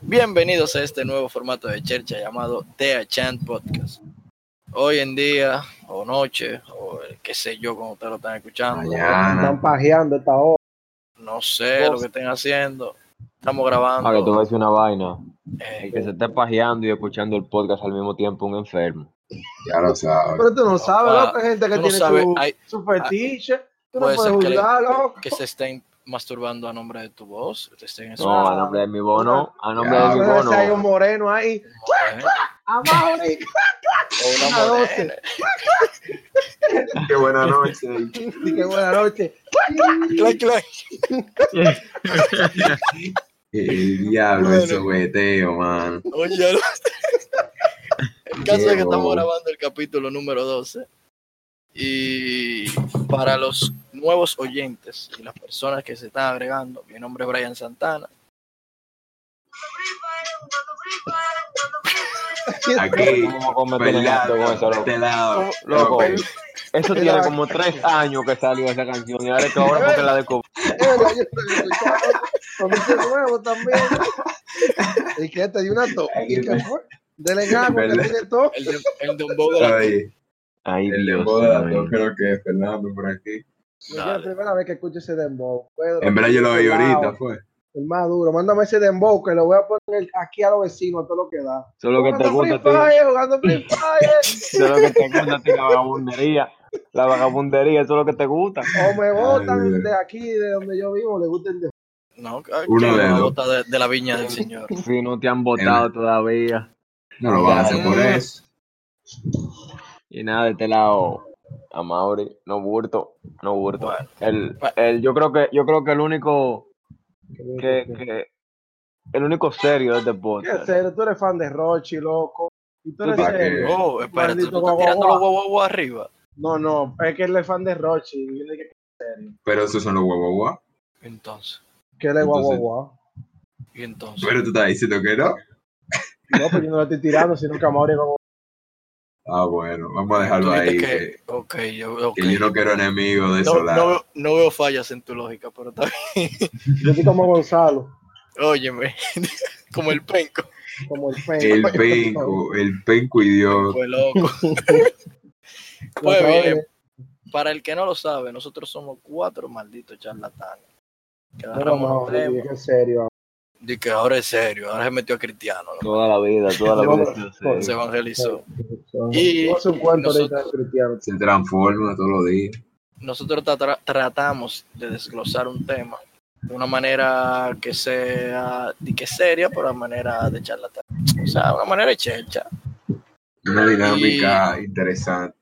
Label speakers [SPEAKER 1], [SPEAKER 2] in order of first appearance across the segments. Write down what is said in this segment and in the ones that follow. [SPEAKER 1] Bienvenidos a este nuevo formato de chercha llamado The Achant Podcast. Hoy en día, o noche, o el qué sé yo, como ustedes lo están escuchando,
[SPEAKER 2] Ah,
[SPEAKER 3] Están pajeando esta hora.
[SPEAKER 1] no sé lo que estén haciendo. Estamos grabando.
[SPEAKER 4] Ah, que tú ves una vaina.
[SPEAKER 1] eh,
[SPEAKER 4] El que se esté pajeando y escuchando el podcast al mismo tiempo, un enfermo.
[SPEAKER 2] Ya lo sabes.
[SPEAKER 3] Pero tú no sabes,
[SPEAKER 1] Papá,
[SPEAKER 3] loco, hay gente que
[SPEAKER 1] tú no
[SPEAKER 3] tiene
[SPEAKER 1] sabes,
[SPEAKER 3] su,
[SPEAKER 1] hay-
[SPEAKER 3] su fetiche. tú no
[SPEAKER 1] puede
[SPEAKER 3] puedes
[SPEAKER 1] ser que le-
[SPEAKER 3] juzgar, loco.
[SPEAKER 1] que se estén masturbando a nombre de tu voz. te estén
[SPEAKER 4] No,
[SPEAKER 1] escuchando,
[SPEAKER 4] a nombre de mi bono, a nombre
[SPEAKER 2] Ya,
[SPEAKER 4] de
[SPEAKER 3] Tú
[SPEAKER 4] mi
[SPEAKER 2] bueno,
[SPEAKER 3] ves, hay un
[SPEAKER 4] bono.
[SPEAKER 3] moreno ahí.
[SPEAKER 1] ¿eh?
[SPEAKER 3] Abajo, ahí,
[SPEAKER 1] O una
[SPEAKER 3] una
[SPEAKER 1] morena.
[SPEAKER 3] doce.
[SPEAKER 2] Qué buena noche.
[SPEAKER 3] Y Qué buena noche.
[SPEAKER 1] Clac, clac.
[SPEAKER 2] El diablo,
[SPEAKER 1] Bueno.
[SPEAKER 2] ese güeteo, man.
[SPEAKER 1] Oye, el caso es que
[SPEAKER 2] Qué
[SPEAKER 1] estamos
[SPEAKER 2] bobo.
[SPEAKER 1] grabando el capítulo número 12. Y para los nuevos oyentes y las personas que se están agregando, mi nombre es Brian Santana.
[SPEAKER 2] Aquí,
[SPEAKER 4] ¿Cómo cometen el acto con eso,
[SPEAKER 2] bailando, de
[SPEAKER 4] loco?
[SPEAKER 2] este lado.
[SPEAKER 4] Loco,
[SPEAKER 2] Pero,
[SPEAKER 4] Eso tiene como tres años que salió esa canción y ahora es que ahora porque la descubrí.
[SPEAKER 3] Cuando se nuevo también. Y que te dio una to.
[SPEAKER 2] Aquí
[SPEAKER 3] ¿Y qué
[SPEAKER 2] me-
[SPEAKER 3] fue? Dele gago, que
[SPEAKER 2] ¿Verdad?
[SPEAKER 3] tiene to.
[SPEAKER 1] El, de- el dembow de la-
[SPEAKER 2] Ahí,
[SPEAKER 4] Ay,
[SPEAKER 2] el
[SPEAKER 4] Dios.
[SPEAKER 2] dembow de la
[SPEAKER 4] mío.
[SPEAKER 2] to- creo que es Fernando por aquí.
[SPEAKER 3] Es la
[SPEAKER 1] Dale.
[SPEAKER 3] primera vez que escucho ese dembow. Pedro,
[SPEAKER 2] En verdad yo lo oí
[SPEAKER 3] Wow.
[SPEAKER 2] ahorita, pues. fue.
[SPEAKER 3] El más duro. Mándame ese dembow que lo voy a poner aquí a los vecinos, a todo lo que da.
[SPEAKER 4] Eso es lo que te
[SPEAKER 3] Jugando
[SPEAKER 4] gusta
[SPEAKER 3] Free
[SPEAKER 4] a ti.
[SPEAKER 3] Fire, jugando Free Fire.
[SPEAKER 4] Eso es lo que te gusta a ti, la vagabundería. La vagabundería, eso es lo que te gusta.
[SPEAKER 3] O me
[SPEAKER 2] Ay,
[SPEAKER 3] botan
[SPEAKER 2] Dios.
[SPEAKER 3] de aquí, de donde yo vivo, le gusta el de
[SPEAKER 1] No, ah,
[SPEAKER 2] Uno
[SPEAKER 1] que
[SPEAKER 2] de
[SPEAKER 1] la
[SPEAKER 2] dos.
[SPEAKER 1] bota de, de la viña del Señor.
[SPEAKER 4] Si no te han votado todavía.
[SPEAKER 2] No lo vas a hacer por
[SPEAKER 3] Ya.
[SPEAKER 2] eso.
[SPEAKER 4] Y nada, de este lado, a Mauri, no burto, no burto.
[SPEAKER 1] Bueno.
[SPEAKER 4] El, el, yo creo que, yo creo que el único que, que- el único serio es de
[SPEAKER 3] ¿Qué
[SPEAKER 4] podcast.
[SPEAKER 3] serio? Tú eres fan de Rochi, loco. Y tú eres
[SPEAKER 4] ¿Tú
[SPEAKER 2] para qué?
[SPEAKER 3] serio.
[SPEAKER 1] Oh, espérate, tú
[SPEAKER 3] Maldito
[SPEAKER 1] estás
[SPEAKER 3] guau,
[SPEAKER 1] tirando
[SPEAKER 3] guau,
[SPEAKER 1] los guau, guau arriba.
[SPEAKER 3] No, no, es que él es fan de Rochi. y él es que- serio.
[SPEAKER 2] Pero esos son los huevos, guau.
[SPEAKER 1] Entonces,
[SPEAKER 3] Que él es guau, guau,
[SPEAKER 2] Entonces-
[SPEAKER 3] guau.
[SPEAKER 1] y entonces.
[SPEAKER 2] Pero tú estás diciendo que no.
[SPEAKER 3] No, pues yo no lo estoy tirando, sino que Amaury es guau, guau.
[SPEAKER 2] Ah, bueno, vamos a dejarlo
[SPEAKER 1] Tú
[SPEAKER 2] ahí.
[SPEAKER 1] dijiste
[SPEAKER 2] Que,
[SPEAKER 1] que, ok, yo, ok.
[SPEAKER 2] que yo no quiero enemigos de
[SPEAKER 1] No-
[SPEAKER 2] esos
[SPEAKER 1] no
[SPEAKER 2] lados.
[SPEAKER 1] veo- no veo fallas en tu lógica, pero está
[SPEAKER 3] Yo estoy como Gonzalo,
[SPEAKER 1] bien. Óyeme, como el penco.
[SPEAKER 3] como el Pen.
[SPEAKER 2] El penco, el penco idiota.
[SPEAKER 1] Fue loco.
[SPEAKER 3] Los
[SPEAKER 1] Pues
[SPEAKER 3] sabores.
[SPEAKER 1] bien, para el que no lo sabe, nosotros somos cuatro malditos charlatanes. Que
[SPEAKER 3] No, no,
[SPEAKER 1] agarramos
[SPEAKER 3] no,
[SPEAKER 1] los temas.
[SPEAKER 3] es que es serio.
[SPEAKER 1] Di que ahora es serio, ahora se metió a Cristiano, ¿no?
[SPEAKER 4] Toda la vida, toda la
[SPEAKER 3] No,
[SPEAKER 4] vida.
[SPEAKER 3] no,
[SPEAKER 4] ha sido
[SPEAKER 1] se
[SPEAKER 4] serio.
[SPEAKER 1] evangelizó. Y
[SPEAKER 3] Y no sé un cuento ahorita de
[SPEAKER 1] nosotros-
[SPEAKER 3] Cristiano.
[SPEAKER 2] Se transforma todos los días.
[SPEAKER 1] Nosotros tra- tra- tratamos de desglosar un tema de una manera que sea di que seria, pero de manera de charlatán. O sea, una manera de chelcha.
[SPEAKER 2] Una dinámica interesante.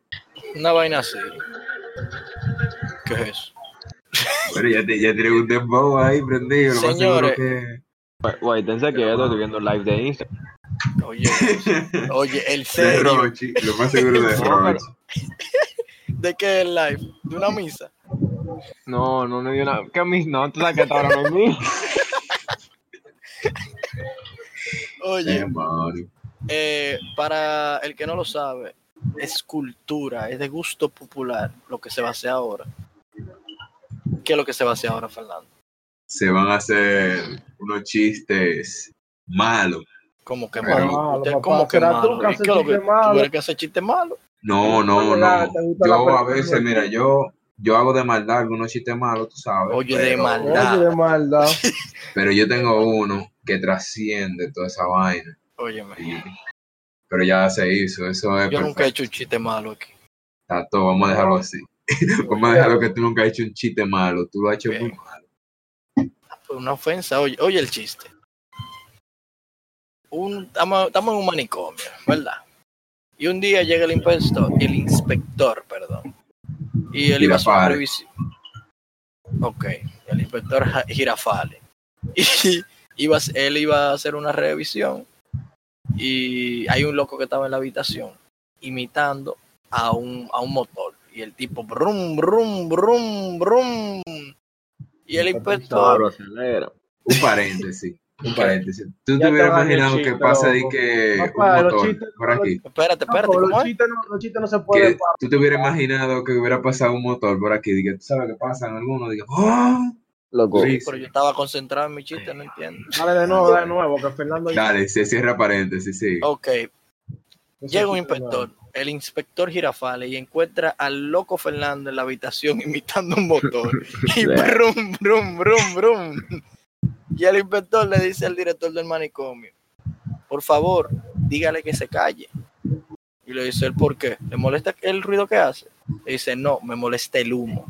[SPEAKER 1] Una vaina así. ¿Qué es eso?
[SPEAKER 2] Bueno, ya, te, ya tiene un dembow ahí prendido. Lo más seguro
[SPEAKER 1] Señores.
[SPEAKER 2] que...
[SPEAKER 4] Guay, tense que yo estoy viendo live de Instagram.
[SPEAKER 1] Oye, oye, el
[SPEAKER 2] de
[SPEAKER 1] serio.
[SPEAKER 2] Rochi. Lo más seguro de
[SPEAKER 4] No, pero-
[SPEAKER 2] Rochi.
[SPEAKER 1] ¿De qué es el live? ¿De una misa?
[SPEAKER 4] No, no, no dio nada. ¿Qué mis? No, tú sabes que hasta ahora no es mío.
[SPEAKER 1] Oye,
[SPEAKER 2] Eh, Mario.
[SPEAKER 1] Eh, para el que no lo sabe, es cultura, es de gusto popular lo que se va a hacer ahora. ¿Qué es lo que se va a hacer ahora, Fernando?
[SPEAKER 2] Se van a hacer unos chistes malos.
[SPEAKER 1] Como que
[SPEAKER 2] Pero-
[SPEAKER 1] malo. Usted,
[SPEAKER 3] Malo,
[SPEAKER 1] como
[SPEAKER 3] papá,
[SPEAKER 1] que
[SPEAKER 3] será tú
[SPEAKER 1] malo.
[SPEAKER 3] que
[SPEAKER 1] ¿Y
[SPEAKER 3] haces
[SPEAKER 1] qué es lo que-
[SPEAKER 3] chiste
[SPEAKER 1] tú
[SPEAKER 3] malo?
[SPEAKER 1] eres que hace chiste malo?
[SPEAKER 2] No, no,
[SPEAKER 3] Mira,
[SPEAKER 2] no.
[SPEAKER 3] te gusta la
[SPEAKER 2] Yo a
[SPEAKER 3] persona.
[SPEAKER 2] veces, mira, yo, yo hago de maldad algunos chistes malos, tú sabes.
[SPEAKER 1] Oye, de
[SPEAKER 2] pero,
[SPEAKER 1] maldad.
[SPEAKER 3] Oye, de maldad.
[SPEAKER 2] Pero yo tengo uno que trasciende toda esa vaina.
[SPEAKER 1] Óyeme,
[SPEAKER 2] Y- pero ya se hizo. Eso es
[SPEAKER 1] yo nunca he
[SPEAKER 2] perfecto.
[SPEAKER 1] hecho un chiste malo aquí.
[SPEAKER 2] Está todo. Vamos a dejarlo así. Vamos a dejarlo que tú nunca has hecho un chiste malo. Tú lo has hecho
[SPEAKER 1] Bien.
[SPEAKER 2] muy malo.
[SPEAKER 1] Fue Una ofensa, oye, oye el chiste. Un, estamos, estamos en un manicomio, ¿verdad? Y un día llega el inspector, el inspector, perdón. Y él iba a hacer una
[SPEAKER 2] Girafales.
[SPEAKER 1] revisión. Ok, el inspector Ja- Girafales. Y iba, a hacer- él iba a hacer una revisión. Y hay un loco que estaba en la habitación imitando a un, a un motor. Y el tipo, brum, brum, brum, brum. Y el inspector
[SPEAKER 4] Ahora acelera.
[SPEAKER 2] Un paréntesis. Un paréntesis. ¿Tú
[SPEAKER 3] Ya
[SPEAKER 2] te hubieras
[SPEAKER 3] acabaste el
[SPEAKER 2] imaginado que
[SPEAKER 3] chiste,
[SPEAKER 2] pasa de
[SPEAKER 3] loco.
[SPEAKER 2] que
[SPEAKER 3] Papá,
[SPEAKER 2] un
[SPEAKER 3] los
[SPEAKER 2] motor
[SPEAKER 3] chistes
[SPEAKER 2] por aquí?
[SPEAKER 1] Espérate,
[SPEAKER 3] No,
[SPEAKER 1] espérate,
[SPEAKER 3] pero
[SPEAKER 1] ¿cómo
[SPEAKER 3] los
[SPEAKER 1] es?
[SPEAKER 3] chistes no, los chistes no se
[SPEAKER 2] Que
[SPEAKER 3] pueden. pa-
[SPEAKER 2] tú te hubieras imaginado que hubiera pasado un motor por aquí. Dije, tú sabes que pasa en alguno. Digo, ¡oh!
[SPEAKER 4] Loco.
[SPEAKER 2] Sí.
[SPEAKER 1] Pero yo estaba concentrado en mi chiste, no entiendo.
[SPEAKER 3] Dale de nuevo, dale de nuevo, que Fernando.
[SPEAKER 2] Dale, se cierra paréntesis, sí.
[SPEAKER 1] Ok,
[SPEAKER 3] No sé
[SPEAKER 1] llega un
[SPEAKER 3] si-
[SPEAKER 1] inspector, el inspector Girafales, y encuentra al loco Fernando en la habitación imitando un motor. Y brum, brum, brum, brum. Y el inspector le dice al director del manicomio, por favor, dígale que se calle. Y le dice él, ¿por qué? ¿Le molesta el ruido que hace? Le dice, no, me molesta el humo.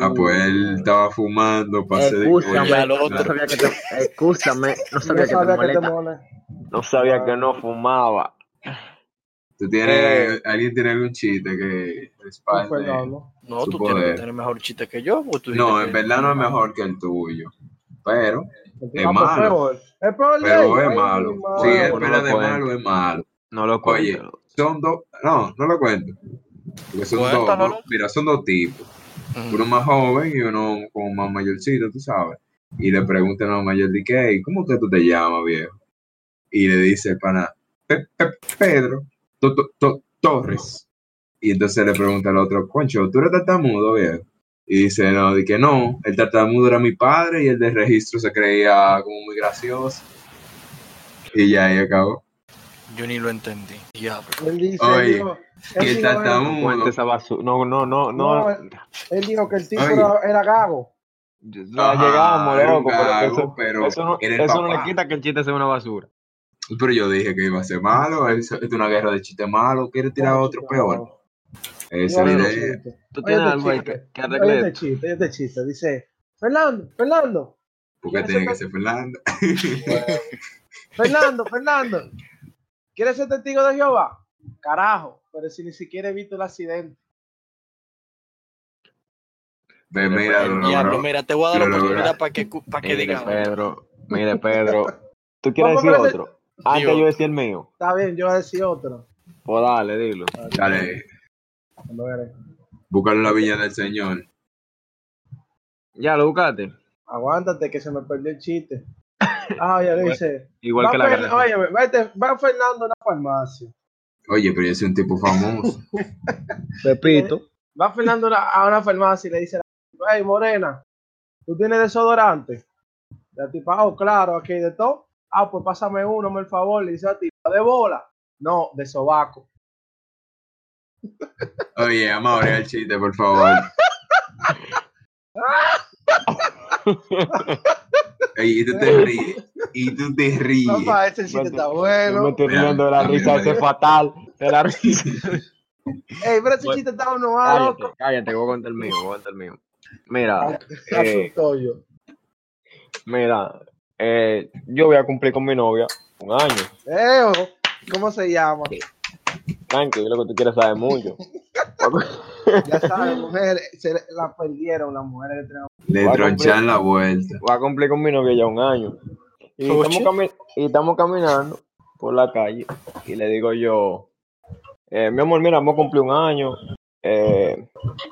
[SPEAKER 2] Ah, pues él estaba fumando, pasé de
[SPEAKER 5] Escúchame,
[SPEAKER 1] Ya,
[SPEAKER 2] coño.
[SPEAKER 1] lo
[SPEAKER 5] no
[SPEAKER 1] otro.
[SPEAKER 5] sabía que te, escúchame, no
[SPEAKER 3] No
[SPEAKER 5] sabía que te
[SPEAKER 3] que te
[SPEAKER 5] molesta.
[SPEAKER 3] molesta.
[SPEAKER 4] No sabía que no fumaba.
[SPEAKER 2] ¿Tú tienes, alguien tiene algún chiste que
[SPEAKER 3] Pues,
[SPEAKER 2] respalde?
[SPEAKER 3] Fernando.
[SPEAKER 1] No,
[SPEAKER 2] Su
[SPEAKER 1] tú tienes
[SPEAKER 2] poder.
[SPEAKER 1] que tener mejor chiste que yo. porque tú
[SPEAKER 2] No,
[SPEAKER 1] dijiste
[SPEAKER 2] en
[SPEAKER 1] que-
[SPEAKER 2] verdad no es mejor que el tuyo. Pero,
[SPEAKER 3] Ah, pues,
[SPEAKER 2] malo.
[SPEAKER 3] peor. Es peor de
[SPEAKER 2] pero
[SPEAKER 3] él.
[SPEAKER 2] es
[SPEAKER 3] Ay,
[SPEAKER 2] malo.
[SPEAKER 3] malo.
[SPEAKER 2] Sí, es
[SPEAKER 4] no
[SPEAKER 2] verdad
[SPEAKER 4] lo
[SPEAKER 2] de
[SPEAKER 3] pues,
[SPEAKER 4] cuento.
[SPEAKER 2] malo, es malo.
[SPEAKER 4] No lo
[SPEAKER 2] Oye.
[SPEAKER 4] cuento.
[SPEAKER 2] Son dos, no, no lo cuento. Porque son dos,
[SPEAKER 1] Cuéntalo. Mm.
[SPEAKER 2] ¿no? mira, son dos tipos.
[SPEAKER 1] Ujú.
[SPEAKER 2] Uno más joven y uno como más mayorcito, tú sabes. Y le preguntan al mayor, de que, "Ey, ¿cómo que tú te llamas, viejo? Y le dice el pana, "Pe- Pe- Pedro To- To- To- Torres. Y entonces le pregunta al otro, Concho, ¿tú eres tartamudo, viejo? Y dice, no, de que no, el tartamudo era mi padre y el de registro se creía como muy gracioso. Y ya ahí acabó.
[SPEAKER 1] Yo ni lo entendí. Diablo.
[SPEAKER 3] Él dice,
[SPEAKER 2] Oye,
[SPEAKER 3] él dijo-
[SPEAKER 2] Y
[SPEAKER 3] él
[SPEAKER 2] el
[SPEAKER 3] dijo,
[SPEAKER 2] tartamudo...
[SPEAKER 4] No cuente esa basura. No, no, no, no. eh.
[SPEAKER 3] No, él dijo que el tipo
[SPEAKER 2] Oye.
[SPEAKER 3] era, era gago.
[SPEAKER 4] No
[SPEAKER 2] Ajá,
[SPEAKER 4] llegamos,
[SPEAKER 2] era un
[SPEAKER 4] loco. Pero
[SPEAKER 2] gago,
[SPEAKER 4] eso,
[SPEAKER 2] pero
[SPEAKER 4] eso no,
[SPEAKER 2] era el
[SPEAKER 4] eso no
[SPEAKER 2] papá.
[SPEAKER 4] le quita que el chiste sea una basura.
[SPEAKER 2] Pero yo dije que iba a ser malo, es es una guerra de chistes malos, quiere tirar otro peor. eh. Esa es
[SPEAKER 3] Oye,
[SPEAKER 2] la
[SPEAKER 3] este
[SPEAKER 2] idea.
[SPEAKER 3] chiste,
[SPEAKER 4] Tú
[SPEAKER 3] Oye,
[SPEAKER 4] tienes
[SPEAKER 3] este
[SPEAKER 4] algo ahí
[SPEAKER 3] chiste.
[SPEAKER 4] que, que
[SPEAKER 3] oye,
[SPEAKER 4] arregle
[SPEAKER 3] este
[SPEAKER 4] esto.
[SPEAKER 3] chiste, este chiste. Dice, Fernando, Fernando,
[SPEAKER 2] Porque
[SPEAKER 3] Eso
[SPEAKER 2] tiene
[SPEAKER 3] no-
[SPEAKER 2] que ser Fernando.
[SPEAKER 3] Fernando, Fernando. ¿Quieres ser testigo de Jehová? Carajo, pero si ni siquiera he visto el accidente.
[SPEAKER 2] Ve, mira, lo
[SPEAKER 1] Diablo,
[SPEAKER 2] logró.
[SPEAKER 1] mira, te voy a dar
[SPEAKER 2] Lo
[SPEAKER 1] la
[SPEAKER 2] logró.
[SPEAKER 1] oportunidad para que, cu- pa' Ah, que
[SPEAKER 4] Mire,
[SPEAKER 1] digas.
[SPEAKER 4] Pedro. Mire, Pedro. ¿Tú quieres
[SPEAKER 3] Vamos
[SPEAKER 4] decir
[SPEAKER 3] a ver-
[SPEAKER 4] otro? Antes
[SPEAKER 1] Digo.
[SPEAKER 4] yo decía el mío.
[SPEAKER 3] Está bien, yo voy a decir otro.
[SPEAKER 4] Pues dale, dilo.
[SPEAKER 2] Dale,
[SPEAKER 3] Lo veré.
[SPEAKER 2] búscalo en la viña del Señor.
[SPEAKER 4] Ya lo buscaste.
[SPEAKER 3] Aguántate que se me perdió el chiste. Ah, ya dice.
[SPEAKER 4] Igual
[SPEAKER 3] va
[SPEAKER 4] que la
[SPEAKER 3] Fer-
[SPEAKER 4] guerra.
[SPEAKER 3] Oye, vete, va Fernando a una farmacia.
[SPEAKER 2] Oye, pero yo soy un tipo famoso.
[SPEAKER 3] Pepito. Va Fernando a una- a una farmacia y le dice, hey, morena, ¿tú tienes desodorante? La tipa, oh, claro, aquí hay de todo. Ah, pues pásame uno, por favor. Le dice a la tipa, ¿de bola? No, de sobaco.
[SPEAKER 2] Oye, vamos a abrir el chiste, por favor. Ey, y tú te ríes. Y tú te ríes.
[SPEAKER 3] Papá, ese chiste está
[SPEAKER 4] Yo
[SPEAKER 3] bueno.
[SPEAKER 4] me estoy
[SPEAKER 2] Mira,
[SPEAKER 4] riendo de la
[SPEAKER 2] también
[SPEAKER 4] risa,
[SPEAKER 2] me
[SPEAKER 4] ese
[SPEAKER 2] dio.
[SPEAKER 4] fatal. De la risa.
[SPEAKER 3] Ey, pero ese chiste está bueno, ah,
[SPEAKER 4] cállate, Ah,
[SPEAKER 3] loco.
[SPEAKER 4] cállate, voy a contar el mío, voy a contar el mío. Mira,
[SPEAKER 3] Me asustó yo.
[SPEAKER 4] mira, eh, yo voy a cumplir con mi novia un año.
[SPEAKER 3] Eh, ojo, ¿cómo se llama?
[SPEAKER 4] Tranquilo, lo que tú quieres saber mucho.
[SPEAKER 3] Ya saben, mujeres, se le- la perdieron las mujeres que tenemos.
[SPEAKER 2] Le tronchan la vuelta.
[SPEAKER 4] Voy a cumplir con mi novia ya un año. Y
[SPEAKER 1] Oye.
[SPEAKER 4] estamos, cami- y estamos caminando por la calle y le digo yo, eh, mi amor, mira, vamos a cumplir un año. Eh,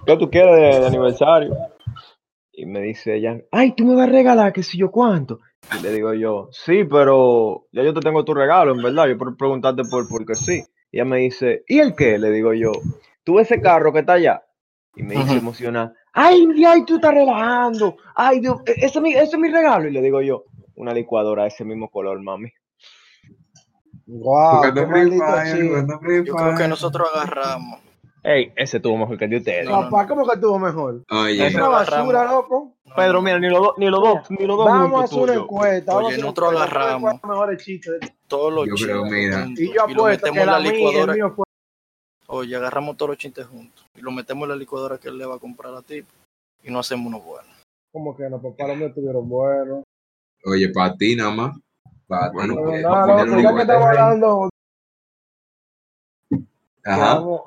[SPEAKER 4] ¿Qué tú quieres de, de aniversario? Y me dice ella, ay, tú me vas a regalar, qué sé yo cuánto. Y le digo yo, sí, pero ya yo te tengo tu regalo, en verdad. Yo por preguntarte por porque sí. Y ella me dice, ¿y el qué? Le digo yo, tú ese carro que está allá. Y me dice
[SPEAKER 1] Ujú.
[SPEAKER 4] emocionada, ay, ay, tú estás relajando. Ay, Dios, e- ese es, mi, ese es mi regalo. Y le digo yo, una licuadora de ese mismo color, mami. Ah,
[SPEAKER 3] Guau,
[SPEAKER 2] Jugando
[SPEAKER 3] qué
[SPEAKER 2] Free
[SPEAKER 3] maldito
[SPEAKER 2] Fire,
[SPEAKER 3] chiste.
[SPEAKER 2] jugando Free
[SPEAKER 1] Yo creo que
[SPEAKER 2] Fire.
[SPEAKER 1] nosotros agarramos.
[SPEAKER 4] Ey, ese estuvo mejor que el de ustedes.
[SPEAKER 1] No,
[SPEAKER 3] Papá, ¿cómo que estuvo mejor?
[SPEAKER 2] Oye,
[SPEAKER 3] Es una basura, loco.
[SPEAKER 4] Pedro, mira, ni los dos, ni los dos, ni los dos.
[SPEAKER 3] Vamos a
[SPEAKER 4] juntos
[SPEAKER 3] hacer una
[SPEAKER 4] tuyos.
[SPEAKER 3] encuesta. vamos
[SPEAKER 1] Oye,
[SPEAKER 3] a hacer una
[SPEAKER 1] nosotros
[SPEAKER 3] encuesta,
[SPEAKER 1] agarramos.
[SPEAKER 3] ¿cuál fue el mejor chiste de todos?
[SPEAKER 1] Todos los
[SPEAKER 2] Yo
[SPEAKER 1] chistes.
[SPEAKER 2] creo, mira.
[SPEAKER 1] juntos,
[SPEAKER 3] Y yo
[SPEAKER 1] y lo
[SPEAKER 3] apuesto
[SPEAKER 1] metemos
[SPEAKER 3] que
[SPEAKER 1] en la
[SPEAKER 3] la mía, el
[SPEAKER 1] licuadora.
[SPEAKER 3] mío fue.
[SPEAKER 1] Oye, agarramos todos los chistes juntos. Y lo metemos en la licuadora que él le va a comprar a ti. Y no hacemos uno bueno.
[SPEAKER 3] Como que no, papá, los míos estuvieron buenos.
[SPEAKER 2] oye, para ti nada más. Para ti.
[SPEAKER 4] Bueno,
[SPEAKER 3] Pero
[SPEAKER 2] eh,
[SPEAKER 3] nada,
[SPEAKER 2] no,
[SPEAKER 3] loco,
[SPEAKER 2] no,
[SPEAKER 3] ya que estamos
[SPEAKER 2] no,
[SPEAKER 3] hablando, que
[SPEAKER 2] Ajá.
[SPEAKER 3] vamos-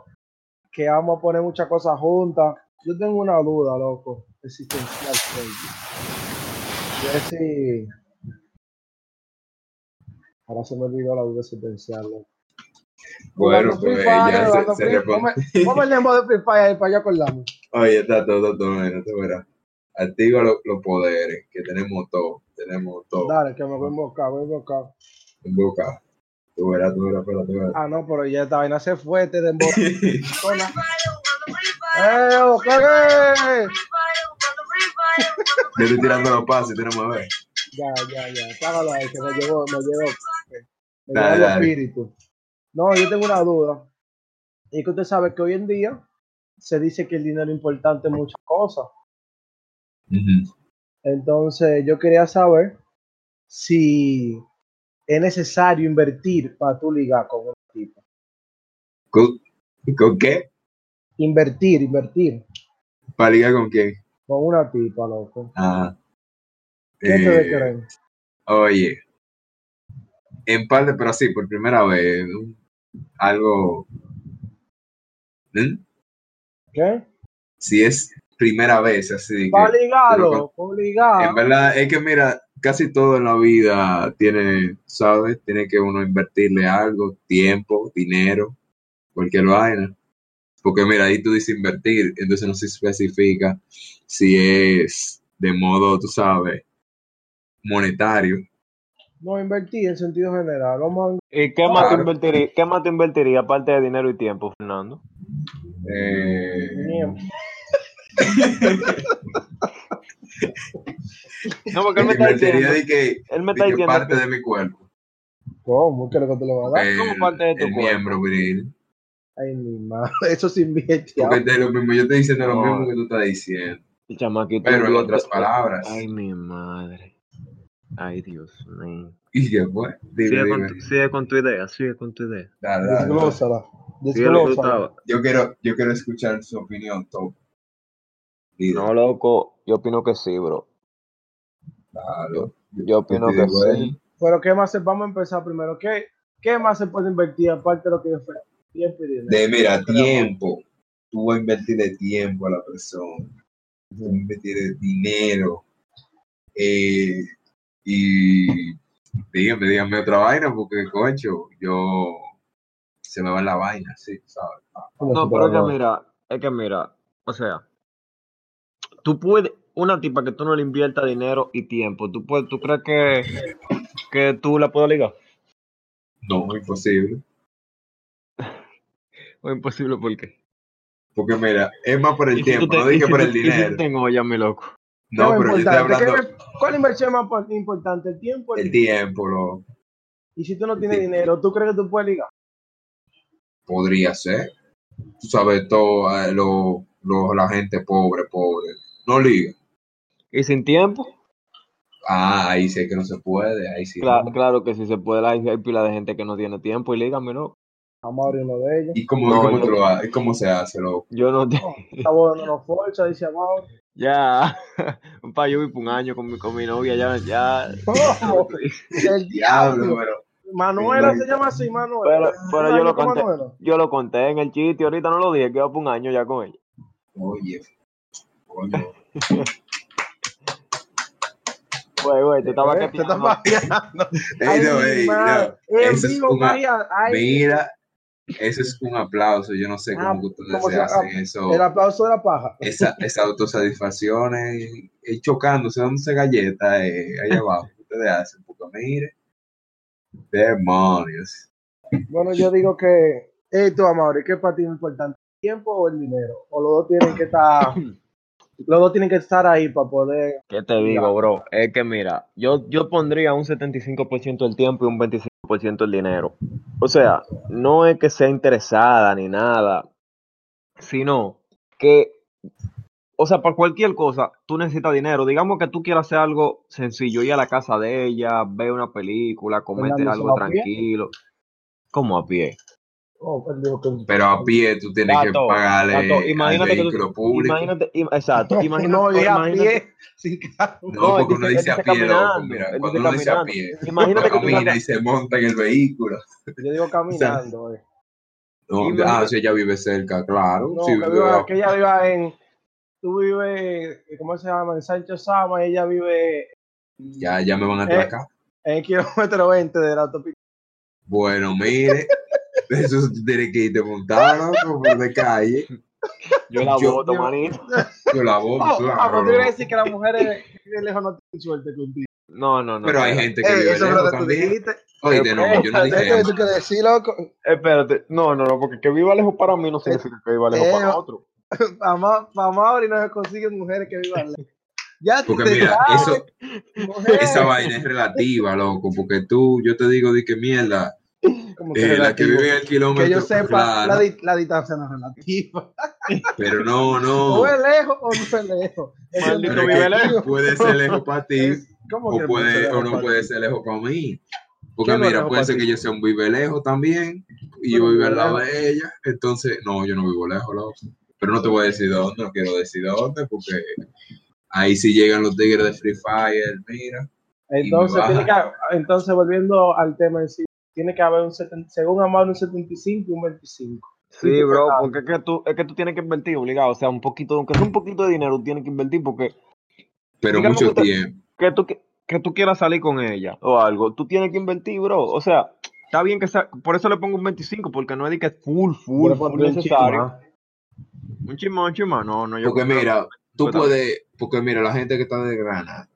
[SPEAKER 3] que vamos a poner muchas cosas juntas. Yo tengo una duda, loco, existencial. Freddy. Yo es si... Ahora se me olvidó la duda existencial, loco.
[SPEAKER 2] Bueno,
[SPEAKER 3] Jugando
[SPEAKER 2] pues
[SPEAKER 3] Free Fire,
[SPEAKER 2] ya
[SPEAKER 3] jugando
[SPEAKER 2] se, se
[SPEAKER 3] Free-
[SPEAKER 2] responde.
[SPEAKER 3] Ponme- Ponme el demo de Free Fire ahí para yo acordarme.
[SPEAKER 2] Oye, está todo, todo, mira, tú verás. Activa lo- los poderes, que tenemos todo, tenemos todo.
[SPEAKER 3] Dale, que me voy a invocar, voy a invocar.
[SPEAKER 2] En boca. Tú verás, tú verás, espérate, espérate.
[SPEAKER 3] Ah, no, pero ya esta vaina se fue, te dembow. Hola. ¡Eh, ok!
[SPEAKER 2] Yo estoy tirando los pases, tenemos a ver.
[SPEAKER 3] Ya, ya, ya. Págalo ahí, que me llevó, me llevó. Me
[SPEAKER 2] Dale,
[SPEAKER 3] llevó el
[SPEAKER 2] dale.
[SPEAKER 3] espíritu. No, yo tengo una duda. Y es que usted sabe que hoy en día se dice que el dinero es importante en muchas cosas.
[SPEAKER 2] Ujú.
[SPEAKER 3] Entonces, yo quería saber si es necesario invertir para tú ligar con un tipo.
[SPEAKER 2] ¿Con, con qué?
[SPEAKER 3] Invertir, invertir
[SPEAKER 2] ¿Para ligar con quién?
[SPEAKER 3] con una tipa, loco.
[SPEAKER 2] Ajá.
[SPEAKER 3] ¿Qué ustedes
[SPEAKER 2] Eh,
[SPEAKER 3] creen?
[SPEAKER 2] Oye, en parte, pero sí, por primera vez, un- algo. ¿Mm?
[SPEAKER 3] ¿Qué?
[SPEAKER 2] Si es primera vez, así de que-
[SPEAKER 3] Para ligarlo,
[SPEAKER 2] loco. En
[SPEAKER 3] obligado.
[SPEAKER 2] verdad, es que mira, casi todo en la vida tiene, ¿sabes? Tiene que uno invertirle algo, tiempo, dinero, cualquier vaina. Porque mira, ahí tú dices invertir, entonces no se especifica si es de modo, tú sabes, monetario.
[SPEAKER 3] No, invertir en sentido general. Vamos a
[SPEAKER 4] ¿Y qué más,
[SPEAKER 2] Claro.
[SPEAKER 4] te invertiría, qué más te invertiría aparte de dinero y tiempo, Fernando?
[SPEAKER 2] Eh,
[SPEAKER 4] No, porque él me está
[SPEAKER 2] invertiría
[SPEAKER 4] diciendo,
[SPEAKER 2] Eh, de que,
[SPEAKER 4] él me
[SPEAKER 2] de
[SPEAKER 4] está
[SPEAKER 2] que
[SPEAKER 4] diciendo
[SPEAKER 2] parte
[SPEAKER 4] que-
[SPEAKER 2] de mi cuerpo.
[SPEAKER 3] ¿Cómo? ¿Qué es lo que te lo va a dar?
[SPEAKER 2] El,
[SPEAKER 4] ¿Cómo parte de tu
[SPEAKER 2] el
[SPEAKER 4] cuerpo?
[SPEAKER 2] miembro viril.
[SPEAKER 3] Ay, mi madre, eso se invierte.
[SPEAKER 2] Porque te- lo mismo, yo estoy diciendo lo
[SPEAKER 4] No.
[SPEAKER 2] mismo que tú estás diciendo.
[SPEAKER 4] el "Este chamaquito.
[SPEAKER 2] Pero en
[SPEAKER 4] idiota.
[SPEAKER 2] otras palabras.
[SPEAKER 4] Ay, mi madre. Ay, Dios mío.
[SPEAKER 2] Y qué fue? Dime,
[SPEAKER 5] Sigue
[SPEAKER 2] dime.
[SPEAKER 5] con, tu, sigue con tu idea, sigue con tu idea.
[SPEAKER 2] Dale, dale, dale.
[SPEAKER 3] Desglósala.
[SPEAKER 5] Sigue lo que tú
[SPEAKER 3] Desglósala.
[SPEAKER 5] estabas.
[SPEAKER 2] Yo quiero, yo quiero escuchar su opinión, Top. Líder,
[SPEAKER 4] No, loco, yo opino que sí, bro.
[SPEAKER 2] claro.
[SPEAKER 4] Yo opino
[SPEAKER 2] estoy de
[SPEAKER 4] que sí.
[SPEAKER 2] acuerdo.
[SPEAKER 3] Pero ¿qué más? se- Vamos a empezar primero. ¿Qué, ¿Qué más se puede invertir aparte de lo que yo fui? Tiempo y dinero.
[SPEAKER 2] De mira, tiempo. Tú vas a invertirle tiempo a la persona. Tú vas a invertirle dinero. Eh, y díganme, díganme otra vaina, porque coño, yo se me va la vaina, sí, ¿sabes?
[SPEAKER 4] No, pero es que mira, es que mira, o sea, tú puedes, una tipa que tú no le inviertas dinero y tiempo, tú puedes, tú crees que, que tú la puedes ligar.
[SPEAKER 2] No, imposible.
[SPEAKER 4] O imposible, ¿por qué?
[SPEAKER 2] Porque mira, es más por el
[SPEAKER 4] Y si tú
[SPEAKER 2] tiempo,
[SPEAKER 4] te-
[SPEAKER 2] no
[SPEAKER 4] y
[SPEAKER 2] dije
[SPEAKER 4] si
[SPEAKER 2] por
[SPEAKER 4] tú-
[SPEAKER 2] el
[SPEAKER 4] y si tú
[SPEAKER 2] dinero.
[SPEAKER 4] te engollas, mi loco.
[SPEAKER 2] No, pero yo estoy hablando
[SPEAKER 3] ¿Cuál inversión es más por- importante? ¿El tiempo?
[SPEAKER 2] del tiempo, lo
[SPEAKER 3] Y si tú no tienes
[SPEAKER 2] Sí.
[SPEAKER 3] dinero, ¿tú crees que tú puedes ligar?
[SPEAKER 2] podría ser. Tú sabes, todo eh, lo, lo- la gente pobre, pobre. No liga.
[SPEAKER 4] Y sin tiempo,
[SPEAKER 2] Ah, ahí sí que no se puede, ahí sí.
[SPEAKER 4] Cla-
[SPEAKER 2] no.
[SPEAKER 4] claro que si se puede, hay, hay pila de gente que no tiene tiempo y liga, mi loco.
[SPEAKER 3] Vamos a abrir uno de ellos.
[SPEAKER 2] ¿Y cómo,
[SPEAKER 4] No,
[SPEAKER 2] cómo
[SPEAKER 4] yo-
[SPEAKER 2] tú lo ha- y cómo se hace? Lo,
[SPEAKER 4] Yo no te-
[SPEAKER 3] Está bueno, no forza, dice Amado.
[SPEAKER 4] ya, un pa' yo y pa' un año con mi, con mi novia, ya, ya.
[SPEAKER 3] Oh,
[SPEAKER 2] diablo,
[SPEAKER 3] el diablo.
[SPEAKER 2] pero.
[SPEAKER 3] Manuela se llama así, Manuela.
[SPEAKER 4] Pero, pero yo lo
[SPEAKER 3] ¿Cómo
[SPEAKER 4] conté,
[SPEAKER 3] Manuela?
[SPEAKER 4] yo lo conté en el chiste, ahorita no lo dije, quedo pa' un año ya con ella.
[SPEAKER 2] Oye, coño.
[SPEAKER 4] Güey, güey, te estaba
[SPEAKER 3] Eh, Te
[SPEAKER 4] cateando.
[SPEAKER 3] estás pajeando.
[SPEAKER 2] Ey, no,
[SPEAKER 3] Ay, eh,
[SPEAKER 2] ey,
[SPEAKER 3] mi madre.
[SPEAKER 2] no.
[SPEAKER 3] En
[SPEAKER 2] Eso es
[SPEAKER 3] vivo,
[SPEAKER 2] una-
[SPEAKER 3] María. Ay,
[SPEAKER 2] Mira, eso es un aplauso. Yo no sé
[SPEAKER 3] Ah,
[SPEAKER 2] cómo ustedes
[SPEAKER 3] ¿cómo
[SPEAKER 2] se
[SPEAKER 3] se-
[SPEAKER 2] hacen
[SPEAKER 3] ah,
[SPEAKER 2] eso.
[SPEAKER 3] el aplauso de la paja.
[SPEAKER 2] Esa, esa autosatisfacción, eh, eh, chocándose, dándose galletas eh, ahí abajo. Ustedes hacen, porque mire, demonios.
[SPEAKER 3] Bueno, yo digo que eh, tú, Amaury, ¿qué para ti es importante? ¿El tiempo o el dinero? O los dos tienen que estar, los dos tienen que estar ahí para poder.
[SPEAKER 4] ¿Qué te digo, bro? Es que mira, yo, yo pondría un 75% del tiempo y un 25% el dinero. O sea, no es que sea interesada ni nada, sino que, o sea, para cualquier cosa, tú necesitas dinero. Digamos que tú quieras hacer algo sencillo, ir a la casa de ella, ver una película, comerte
[SPEAKER 3] Fernando,
[SPEAKER 4] algo
[SPEAKER 3] ¿se va a pie?
[SPEAKER 4] tranquilo. ¿Cómo a pie?
[SPEAKER 3] Oh, él dijo que-
[SPEAKER 2] Pero a pie tú tienes que
[SPEAKER 4] Tato,
[SPEAKER 2] pagarle
[SPEAKER 4] Tato,
[SPEAKER 2] Eh, al
[SPEAKER 4] imagínate que tú-
[SPEAKER 2] vehículo público.
[SPEAKER 4] Imagínate, im- exacto, imagínate,
[SPEAKER 3] no, y a
[SPEAKER 4] imagínate-
[SPEAKER 3] pie, sin carro.
[SPEAKER 2] No,
[SPEAKER 4] No, él
[SPEAKER 2] porque uno
[SPEAKER 4] dice-
[SPEAKER 2] dice
[SPEAKER 4] él
[SPEAKER 2] a
[SPEAKER 4] dice
[SPEAKER 2] pie, loco.
[SPEAKER 4] caminando,
[SPEAKER 2] Mira,
[SPEAKER 4] él
[SPEAKER 2] cuando
[SPEAKER 4] dice
[SPEAKER 2] uno dice a
[SPEAKER 4] caminando.
[SPEAKER 2] pie,
[SPEAKER 4] imagínate que tú
[SPEAKER 2] camina
[SPEAKER 4] estás-
[SPEAKER 2] y se monta en el vehículo.
[SPEAKER 3] Yo digo caminando. eh.
[SPEAKER 2] No,
[SPEAKER 4] Imagínate-
[SPEAKER 2] ah, si ella vive cerca, claro.
[SPEAKER 3] No,
[SPEAKER 2] sí,
[SPEAKER 3] que, viva- que ella viva en. Tú vives, eh, ¿cómo se llama? En Sancho Sama, y ella vive
[SPEAKER 2] ya, ya me van a
[SPEAKER 3] Eh.
[SPEAKER 2] atracar.
[SPEAKER 3] en el kilómetro 20 de la autopista.
[SPEAKER 2] Bueno, mire, eso tú tienes que irte montado, loco, por de calle.
[SPEAKER 4] Yo la
[SPEAKER 2] Yo-
[SPEAKER 4] voto, manito.
[SPEAKER 2] Yo la voz,
[SPEAKER 3] Oh, ah,
[SPEAKER 2] claro.
[SPEAKER 3] pero tú ibas a
[SPEAKER 2] loco.
[SPEAKER 3] decir que las mujeres de lejos no tienen suerte contigo.
[SPEAKER 4] No, no, no.
[SPEAKER 2] Pero hay
[SPEAKER 4] espérate.
[SPEAKER 2] gente que
[SPEAKER 3] Eh,
[SPEAKER 2] vive
[SPEAKER 3] Eso es lo
[SPEAKER 2] lejos
[SPEAKER 3] que tú
[SPEAKER 2] también.
[SPEAKER 3] dijiste. Eh,
[SPEAKER 2] Oye, no, yo no
[SPEAKER 3] Eso es
[SPEAKER 2] dije
[SPEAKER 3] lo que tú quieres decir, loco.
[SPEAKER 4] Espérate, no, no, no, porque que viva lejos para mí no significa que viva lejos
[SPEAKER 3] Eh,
[SPEAKER 4] para otro.
[SPEAKER 3] Para Mauri no se consiguen mujeres que vivan lejos. Ya
[SPEAKER 2] Porque
[SPEAKER 3] te
[SPEAKER 2] mira,
[SPEAKER 3] sabes,
[SPEAKER 2] eso,
[SPEAKER 3] mujer.
[SPEAKER 2] esa vaina es relativa, loco, porque tú, yo te digo de que mierda,
[SPEAKER 3] Como
[SPEAKER 2] eh, la que
[SPEAKER 3] relativo.
[SPEAKER 2] vive en el kilómetro,
[SPEAKER 3] Que yo sepa,
[SPEAKER 2] claro,
[SPEAKER 3] la, di- la distancia no es relativa.
[SPEAKER 2] pero no,
[SPEAKER 3] O es
[SPEAKER 2] no,
[SPEAKER 3] lejos o no es lejos. Es
[SPEAKER 6] Maldito
[SPEAKER 2] pero
[SPEAKER 6] vive
[SPEAKER 2] es
[SPEAKER 3] relativo.
[SPEAKER 2] que
[SPEAKER 6] lejos.
[SPEAKER 2] puede ser lejos para ti,
[SPEAKER 3] Es- ¿cómo que
[SPEAKER 2] o, puede,
[SPEAKER 3] ser
[SPEAKER 2] o no
[SPEAKER 3] relativo?
[SPEAKER 2] puede ser lejos para mí. Porque
[SPEAKER 3] ¿Qué no es
[SPEAKER 2] mira,
[SPEAKER 3] lejos
[SPEAKER 2] puede
[SPEAKER 3] para
[SPEAKER 2] ser
[SPEAKER 3] ti?
[SPEAKER 2] que yo sea un vive lejos también, y
[SPEAKER 3] Pero
[SPEAKER 2] yo vivo
[SPEAKER 3] vive
[SPEAKER 2] al lado de ella, entonces, no, yo no vivo lejos, loco. Pero no te voy a decir dónde, no quiero decir dónde, porque ahí sí llegan los tigres de Free Fire, mira.
[SPEAKER 3] Entonces,
[SPEAKER 2] baja.
[SPEAKER 3] tiene que, entonces, volviendo al tema en sí, tiene que haber un 70, según Amado, un 75 y un 25.
[SPEAKER 4] Sí, bro, porque es que tú, es que tú tienes que invertir, obligado. O sea, un poquito, aunque sea un poquito de dinero, tienes que invertir porque
[SPEAKER 2] Pero
[SPEAKER 4] Digamos
[SPEAKER 2] mucho
[SPEAKER 4] que-
[SPEAKER 2] tiempo.
[SPEAKER 4] que tú, que, que tú quieras salir con ella o algo, tú tienes que invertir, bro. O sea, está bien que sea, por eso le pongo un 25, porque no es de que es full, full,
[SPEAKER 3] Pero
[SPEAKER 4] full
[SPEAKER 3] ponle un
[SPEAKER 4] necesario. Un chisma, un chisma, no, no. Yo
[SPEAKER 2] Porque mira, tú
[SPEAKER 4] Cuéntame.
[SPEAKER 2] puedes, porque mira, la gente que está de grana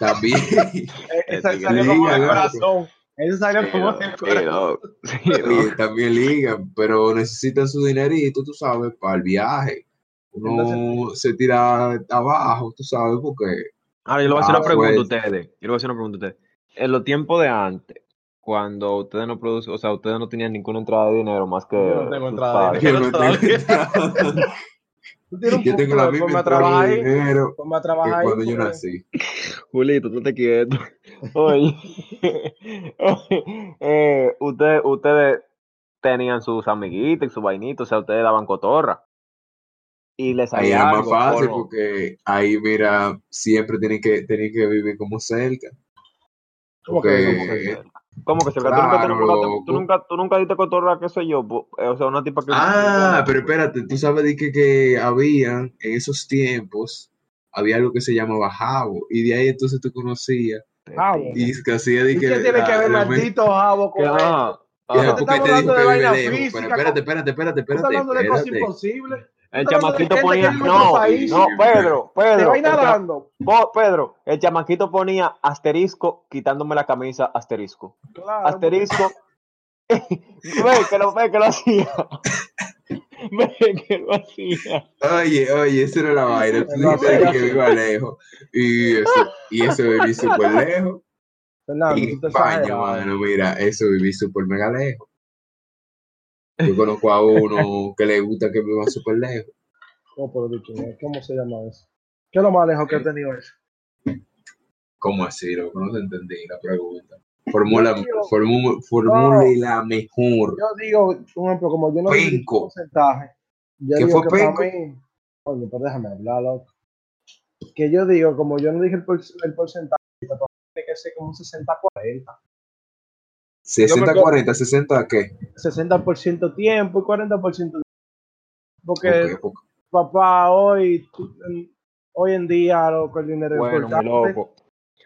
[SPEAKER 2] también.
[SPEAKER 3] Eh, esa-
[SPEAKER 4] Eh,
[SPEAKER 3] salió como
[SPEAKER 2] liga,
[SPEAKER 3] del
[SPEAKER 2] loco.
[SPEAKER 3] corazón. Eso salió como
[SPEAKER 4] Pero,
[SPEAKER 3] del corazón.
[SPEAKER 4] pero, sí, no.
[SPEAKER 2] también, también ligan, pero necesitan su dinerito, tú sabes, para el viaje. Uno se tira abajo, tú sabes, porque
[SPEAKER 4] Ahora, yo le voy a hacer
[SPEAKER 2] Ah,
[SPEAKER 4] una pregunta a
[SPEAKER 2] pues.
[SPEAKER 4] ustedes. Yo le voy a hacer una pregunta a ustedes. En los tiempos de antes, cuando ustedes no producen, o sea, ustedes no tenían ninguna entrada de dinero más que.
[SPEAKER 3] Yo no tengo
[SPEAKER 4] sus
[SPEAKER 3] entrada de
[SPEAKER 4] padres.
[SPEAKER 2] yo
[SPEAKER 6] Pero
[SPEAKER 2] no
[SPEAKER 6] todavía-
[SPEAKER 2] tengo,
[SPEAKER 3] Tú tienes un
[SPEAKER 2] yo tengo la
[SPEAKER 3] punto,
[SPEAKER 2] misma
[SPEAKER 3] ponme a
[SPEAKER 2] entrada
[SPEAKER 3] trabajar
[SPEAKER 2] de
[SPEAKER 3] ahí.
[SPEAKER 2] dinero
[SPEAKER 3] Ponme a
[SPEAKER 2] que
[SPEAKER 3] trabajar ahí. pues,
[SPEAKER 2] cuando yo
[SPEAKER 3] porque-
[SPEAKER 2] nací.
[SPEAKER 4] Julito, tú te quieto. Oye, eh, ustedes, ustedes tenían sus amiguitos y sus vainitos, o sea, ustedes daban cotorra. Y les
[SPEAKER 2] Ahí
[SPEAKER 4] salía
[SPEAKER 2] era más
[SPEAKER 4] algo, ¿o
[SPEAKER 2] fácil
[SPEAKER 4] no?
[SPEAKER 2] porque ahí, mira, siempre tienen que, tienen que vivir como cerca.
[SPEAKER 3] ¿Cómo que
[SPEAKER 2] Porque-
[SPEAKER 3] cómo que-
[SPEAKER 4] ¿Cómo que se tú nunca te
[SPEAKER 2] eh, Claro,
[SPEAKER 4] enamoraste?
[SPEAKER 2] loco.
[SPEAKER 4] ¿Tú nunca, tú nunca diste cotorra, qué sé yo, po- eh, o sea, una tipa que...
[SPEAKER 2] Ah, pero espérate, tú sabes de que, que habían en esos tiempos, había algo que se llamaba jabo, y de ahí entonces tú conocías,
[SPEAKER 3] Ah, bueno.
[SPEAKER 2] y que hacía de
[SPEAKER 3] ¿Y
[SPEAKER 2] que...
[SPEAKER 3] qué tiene que
[SPEAKER 2] ah,
[SPEAKER 3] ver
[SPEAKER 2] me-
[SPEAKER 3] maldito jabo con
[SPEAKER 4] Que,
[SPEAKER 3] esto?
[SPEAKER 4] ah,
[SPEAKER 2] Ya,
[SPEAKER 4] ah,
[SPEAKER 3] te
[SPEAKER 2] porque
[SPEAKER 3] estamos
[SPEAKER 2] te digo
[SPEAKER 3] hablando
[SPEAKER 2] que
[SPEAKER 3] de
[SPEAKER 2] vive
[SPEAKER 3] vaina
[SPEAKER 2] lejos,
[SPEAKER 3] física,
[SPEAKER 2] pero espérate,
[SPEAKER 3] como-
[SPEAKER 2] espérate, espérate,
[SPEAKER 3] Tú estás
[SPEAKER 2] espérate,
[SPEAKER 3] hablando de cosas
[SPEAKER 2] espérate.
[SPEAKER 3] imposibles. tú estás
[SPEAKER 4] el
[SPEAKER 3] hablando de
[SPEAKER 4] chamaquito
[SPEAKER 3] gente que
[SPEAKER 4] ponía...
[SPEAKER 3] vive en otro
[SPEAKER 4] No,
[SPEAKER 3] país.
[SPEAKER 4] no, Pedro,
[SPEAKER 3] Te
[SPEAKER 4] Pedro.
[SPEAKER 3] va
[SPEAKER 4] el cha-
[SPEAKER 3] nadando.
[SPEAKER 4] vos, Pedro, el chamaquito ponía asterisco quitándome la camisa, asterisco.
[SPEAKER 3] Claro.
[SPEAKER 4] asterisco. ve que lo, ve que lo hacía. Ve que lo hacía.
[SPEAKER 2] Oye, oye, eso era la vaina, tú
[SPEAKER 3] No,
[SPEAKER 2] dijiste de
[SPEAKER 3] pero-
[SPEAKER 2] que viva lejos, y eso, y eso viví súper lejos,
[SPEAKER 3] Fernando,
[SPEAKER 2] en
[SPEAKER 3] tú te
[SPEAKER 2] España,
[SPEAKER 3] exageras.
[SPEAKER 2] mano, mira, eso viví súper mega lejos. Yo conozco a uno que le gusta que viva súper lejos.
[SPEAKER 3] No, pero de qué, ¿cómo se llama eso? ¿Qué es lo más lejos que ha tenido eso?
[SPEAKER 2] ¿Cómo así, loco? No te entendí la pregunta. Formula,
[SPEAKER 3] Yo digo-
[SPEAKER 2] formu- formule la mejor.
[SPEAKER 3] Yo digo, por ejemplo, como yo no sé el
[SPEAKER 2] Penco.
[SPEAKER 3] porcentaje, yo
[SPEAKER 2] ¿Qué
[SPEAKER 3] digo
[SPEAKER 2] fue
[SPEAKER 3] que para
[SPEAKER 2] penco?
[SPEAKER 3] mí, coño, pero déjame hablar, loco. Que yo digo, como yo no dije el, por- el porcentaje, pero para mí tiene que ser como un 60-40.
[SPEAKER 2] 60-40, 60 qué?
[SPEAKER 3] 60% tiempo y 40% porque
[SPEAKER 2] Ok, ok.
[SPEAKER 3] papá hoy hoy en día loco el dinero es
[SPEAKER 4] Bueno, mi
[SPEAKER 3] importante
[SPEAKER 4] loco.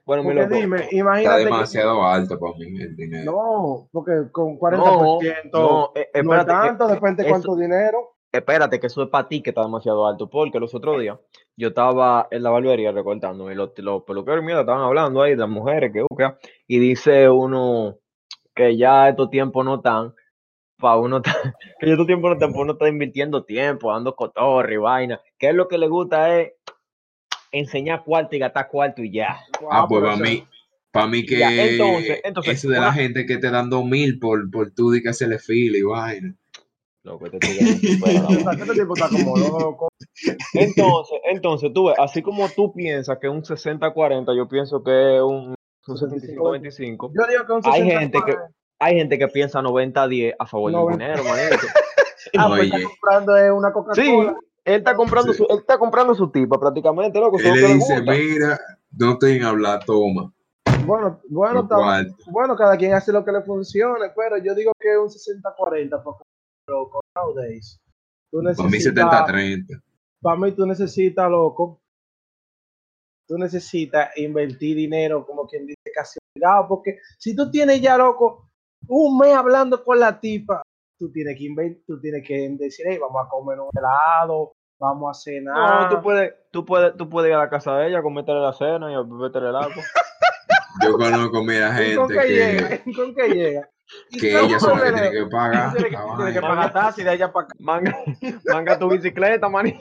[SPEAKER 4] Bueno, mi
[SPEAKER 3] porque
[SPEAKER 4] loco.
[SPEAKER 3] dime
[SPEAKER 2] Está
[SPEAKER 3] imagínate que-
[SPEAKER 2] demasiado alto para mí el dinero.
[SPEAKER 3] no porque con 40% no,
[SPEAKER 4] No, eh,
[SPEAKER 3] es
[SPEAKER 4] espérate,
[SPEAKER 3] tanto
[SPEAKER 4] que-
[SPEAKER 3] depende
[SPEAKER 4] eso-
[SPEAKER 3] cuánto dinero
[SPEAKER 4] espérate, que eso es para ti que está demasiado alto. Porque los otros días yo estaba en la barbería recortando y los, los peluqueros, mira, estaban hablando ahí de las mujeres que buscan. Y dice uno que ya estos tiempos no están. Para uno ta- que ya estos tiempos no están, pa' uno está invirtiendo tiempo, dando cotorre y vaina. Que es lo que le gusta es enseñar cuarto y gastar cuarto y ya.
[SPEAKER 2] Ah, pues
[SPEAKER 3] pero
[SPEAKER 2] para
[SPEAKER 3] eso-
[SPEAKER 2] mí. Para mí que
[SPEAKER 4] Ya, entonces, entonces,
[SPEAKER 2] eso de la
[SPEAKER 4] una-
[SPEAKER 2] gente que te dan dos mil por, por tú di que hacerle fila y vaina.
[SPEAKER 4] Loco, este tigre es un fuera de la boca.
[SPEAKER 3] este tipo está como loco
[SPEAKER 4] Entonces, entonces, tú ves, así como tú piensas que un 60-40, yo pienso que es un, un 75-25.
[SPEAKER 3] yo digo que un 60
[SPEAKER 4] Hay gente que hay gente que piensa 90-10 a favor del
[SPEAKER 3] Noventa.
[SPEAKER 4] dinero, manito.
[SPEAKER 3] ah, pues está
[SPEAKER 2] Oye.
[SPEAKER 3] comprando eh, una Coca-Cola
[SPEAKER 4] Sí, él está comprando
[SPEAKER 2] Sí.
[SPEAKER 4] su él está comprando su tipa prácticamente, loco,
[SPEAKER 2] Él
[SPEAKER 4] Pues
[SPEAKER 2] le
[SPEAKER 4] eso es lo que le
[SPEAKER 2] dice,
[SPEAKER 4] gusta.
[SPEAKER 2] mira, no te en hablar, toma.
[SPEAKER 3] bueno bueno
[SPEAKER 2] Lo
[SPEAKER 3] está
[SPEAKER 2] cual,
[SPEAKER 3] Bueno, cada quien hace lo que le funcione, pero yo digo que un 60-40 porque loco, nowadays. Tú
[SPEAKER 2] para mí
[SPEAKER 3] necesitas,
[SPEAKER 2] 70-30.
[SPEAKER 3] para mí tú necesitas, loco, tú necesitas invertir dinero, como quien dice, casi obligado, porque si tú tienes ya, loco, un mes hablando con la tipa, tú tienes que invertir, tú tienes que decir, hey, vamos a comer un helado, vamos a
[SPEAKER 4] No,
[SPEAKER 3] cenar.
[SPEAKER 4] tú puedes, tú puedes, tú puedes ir a la casa de ella, cometerle la cena y a meterle el agua.
[SPEAKER 2] Yo conozco, mira,
[SPEAKER 3] ¿Y con
[SPEAKER 2] gente
[SPEAKER 3] qué
[SPEAKER 2] que,
[SPEAKER 3] llega? ¿Y con qué llega? ¿Y
[SPEAKER 2] que
[SPEAKER 3] cómo
[SPEAKER 2] ella es la que
[SPEAKER 3] se
[SPEAKER 2] tiene
[SPEAKER 3] le-
[SPEAKER 2] que pagar.
[SPEAKER 3] tiene que,
[SPEAKER 2] la
[SPEAKER 3] tiene que
[SPEAKER 2] vaina.
[SPEAKER 3] pagar taxi de allá para acá.
[SPEAKER 4] Manga, manga tu bicicleta, manito.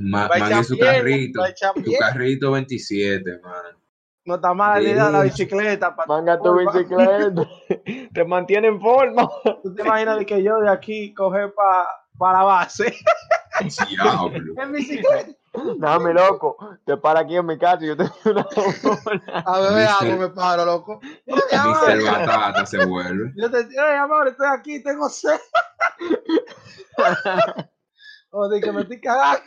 [SPEAKER 2] Ma-
[SPEAKER 3] Va a
[SPEAKER 2] Mande
[SPEAKER 3] echar
[SPEAKER 2] su
[SPEAKER 3] piedra,
[SPEAKER 2] carrito.
[SPEAKER 3] va a echar
[SPEAKER 2] Tu
[SPEAKER 3] piedra.
[SPEAKER 2] carrito 27, mano.
[SPEAKER 3] No está mala la idea de la
[SPEAKER 2] Sí.
[SPEAKER 3] bicicleta. pa-
[SPEAKER 4] Manga tu bicicleta. Te mantiene en forma.
[SPEAKER 3] ¿Tú te imaginas de que yo de aquí coger para la base?
[SPEAKER 2] Diablo.
[SPEAKER 3] en bicicleta.
[SPEAKER 4] Déjame loco. Te para aquí en mi casa y yo te doy una
[SPEAKER 3] A beber
[SPEAKER 2] Mister-
[SPEAKER 3] agua me paro, loco. Yo te llamo,
[SPEAKER 2] Mr. Batata se vuelve.
[SPEAKER 3] yo te digo, "Ey, amor, estoy aquí, tengo sed. o de que me estoy cagando.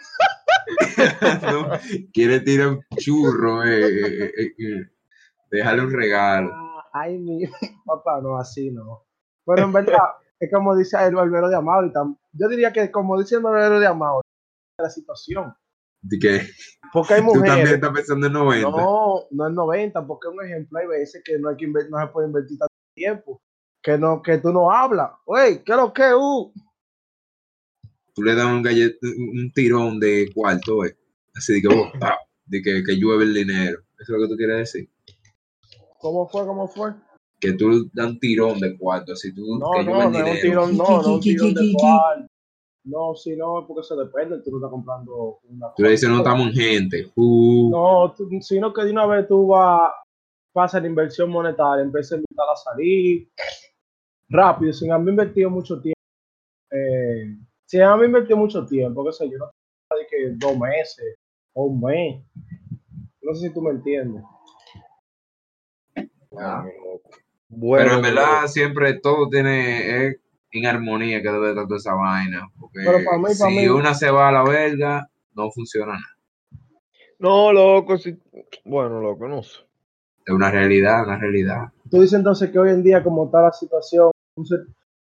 [SPEAKER 2] No, Quiere tirar un churro, eh, eh, eh, eh. Déjale un regalo.
[SPEAKER 3] Ay, mi papá, no, así no. Pero en verdad, es como dice el barbero de Amauri. tam- Yo diría que como dice el barbero de Amauri, la situación.
[SPEAKER 2] De que
[SPEAKER 3] Porque hay
[SPEAKER 2] tú también
[SPEAKER 3] mujeres.
[SPEAKER 2] estás pensando en 90.
[SPEAKER 3] No, no es 90, porque un ejemplo hay veces que no hay que inver- no se puede invertir tanto tiempo. Que no, que tú no hablas. Oye, ¿qué es lo que? Uh,
[SPEAKER 2] Tú le das un gallet, un tirón de cuarto, eh. Así de que, vos, pa, de que, que llueve el dinero. Eso es lo que tú quieres decir.
[SPEAKER 3] ¿Cómo fue? ¿Cómo fue?
[SPEAKER 2] Que tú das un tirón de cuarto, así tú
[SPEAKER 3] No,
[SPEAKER 2] que llueve
[SPEAKER 3] no,
[SPEAKER 2] el
[SPEAKER 3] no es un
[SPEAKER 2] dinero.
[SPEAKER 3] tirón, no, no es un tirón de cual. No, sí, no, porque eso depende, tú no estás comprando una
[SPEAKER 2] Tú le dices, no estamos en gente. Uh,
[SPEAKER 3] No, tú- sino que de una vez tú vas, pasas la inversión monetaria, empiezas a invitar a salir rápido, sin haber invertido mucho tiempo. Eh, sin haber invertido mucho tiempo, qué sé yo, no de que dos meses o un mes. No sé si tú me entiendes.
[SPEAKER 2] ah.
[SPEAKER 5] Bueno,
[SPEAKER 2] Pero en verdad, siempre todo tiene es en armonía que debe estar toda esa vaina. Porque
[SPEAKER 3] Pero pa' mí, pa'
[SPEAKER 2] si
[SPEAKER 3] mí-
[SPEAKER 2] una se va a la verga, no funciona nada.
[SPEAKER 4] No, loco. sí. Bueno, loco, no sé.
[SPEAKER 2] Es una realidad, una realidad.
[SPEAKER 3] Tú dices entonces que hoy en día, como está la situación, un, se-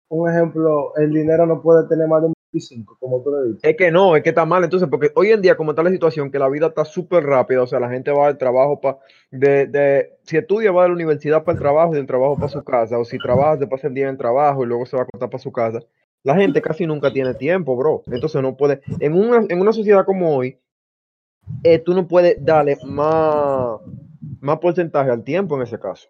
[SPEAKER 3] un ejemplo, el dinero no puede tener más de un 25, como tú le dices.
[SPEAKER 4] Es que no, es que está mal. Entonces, porque hoy en día, como está la situación, que la vida está súper rápida, o sea, la gente va al trabajo para. De, de, si estudia, va de la universidad para el trabajo y del trabajo para su casa, o si trabaja, se pasa el día en el trabajo y luego se va a acostar para su casa. La gente casi nunca tiene tiempo, bro. Entonces, no puede. En una, en una sociedad como hoy, eh, tú no puedes darle más, más porcentaje al tiempo en ese caso.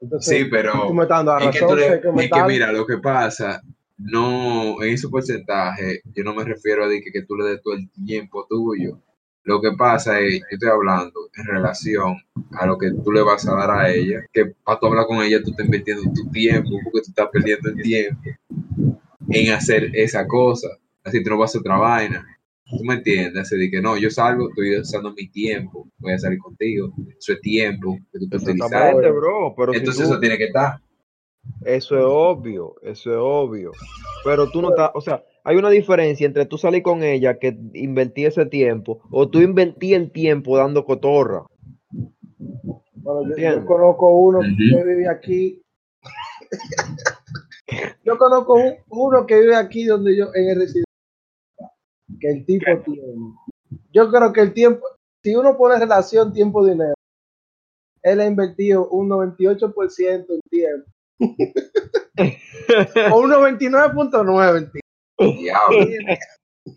[SPEAKER 3] Entonces,
[SPEAKER 2] Sí, pero
[SPEAKER 3] tú me estás dando
[SPEAKER 2] es
[SPEAKER 3] la
[SPEAKER 2] que, tú
[SPEAKER 3] razón,
[SPEAKER 2] le-
[SPEAKER 3] sé que me
[SPEAKER 2] es que
[SPEAKER 3] estás-
[SPEAKER 2] mira, lo que pasa, no, en ese porcentaje, yo no me refiero a de que, que tú le des todo el tiempo tuyo. Lo que pasa es, yo estoy hablando en relación a lo que tú le vas a dar a ella, que para tú hablar con ella tú estás invirtiendo tu tiempo, porque tú estás perdiendo el tiempo en hacer esa cosa. Así tú no vas a hacer otra vaina. ¿Tú me entiendes? Así de que no, yo salgo, estoy usando mi tiempo, voy a salir contigo. Eso es tiempo que tú estás utilizando.
[SPEAKER 4] Exactamente, bro. Pero si
[SPEAKER 2] Entonces
[SPEAKER 4] tú-
[SPEAKER 2] eso tiene que estar.
[SPEAKER 4] Eso es obvio, eso es obvio. Pero tú no estás, o sea, hay una diferencia entre tú salir con ella que invertí ese tiempo o tú invertí el tiempo dando cotorra.
[SPEAKER 3] Bueno, yo- yo,
[SPEAKER 4] ¿Entiendes?
[SPEAKER 3] conozco uno que
[SPEAKER 2] Ujú.
[SPEAKER 3] vive aquí. yo conozco un- uno que vive aquí donde yo, en el residencial. Que el tipo tiene. Yo creo que el tiempo, si uno pone relación tiempo-dinero, él ha invertido un 98% en tiempo. o un 99.9 en tiempo.
[SPEAKER 2] Diablo. Y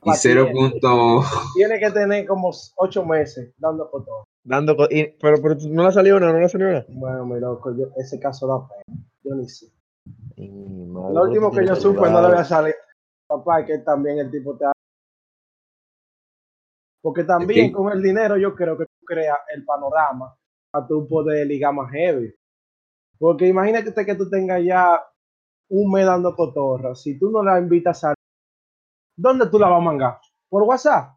[SPEAKER 3] Para ti,
[SPEAKER 2] 0. punto-
[SPEAKER 3] Tiene que tener como 8 meses dando fotos.
[SPEAKER 4] Dando co- y- pero, pero no la salió una, no la salió una.
[SPEAKER 3] Bueno, mi loco, yo- ese caso da pena. Yo ni sé.
[SPEAKER 4] Lo
[SPEAKER 3] Lo último que yo supe no le voy a salir. Papá, es que también el tipo te ha- Porque
[SPEAKER 2] Ok.
[SPEAKER 3] también con el dinero yo creo que tú creas el panorama a tu poder ligar más heavy. Porque imagínate que tú tengas ya un mes dando cotorra. Si tú no la invitas a salir, ¿dónde tú la vas a mangar? ¿Por WhatsApp?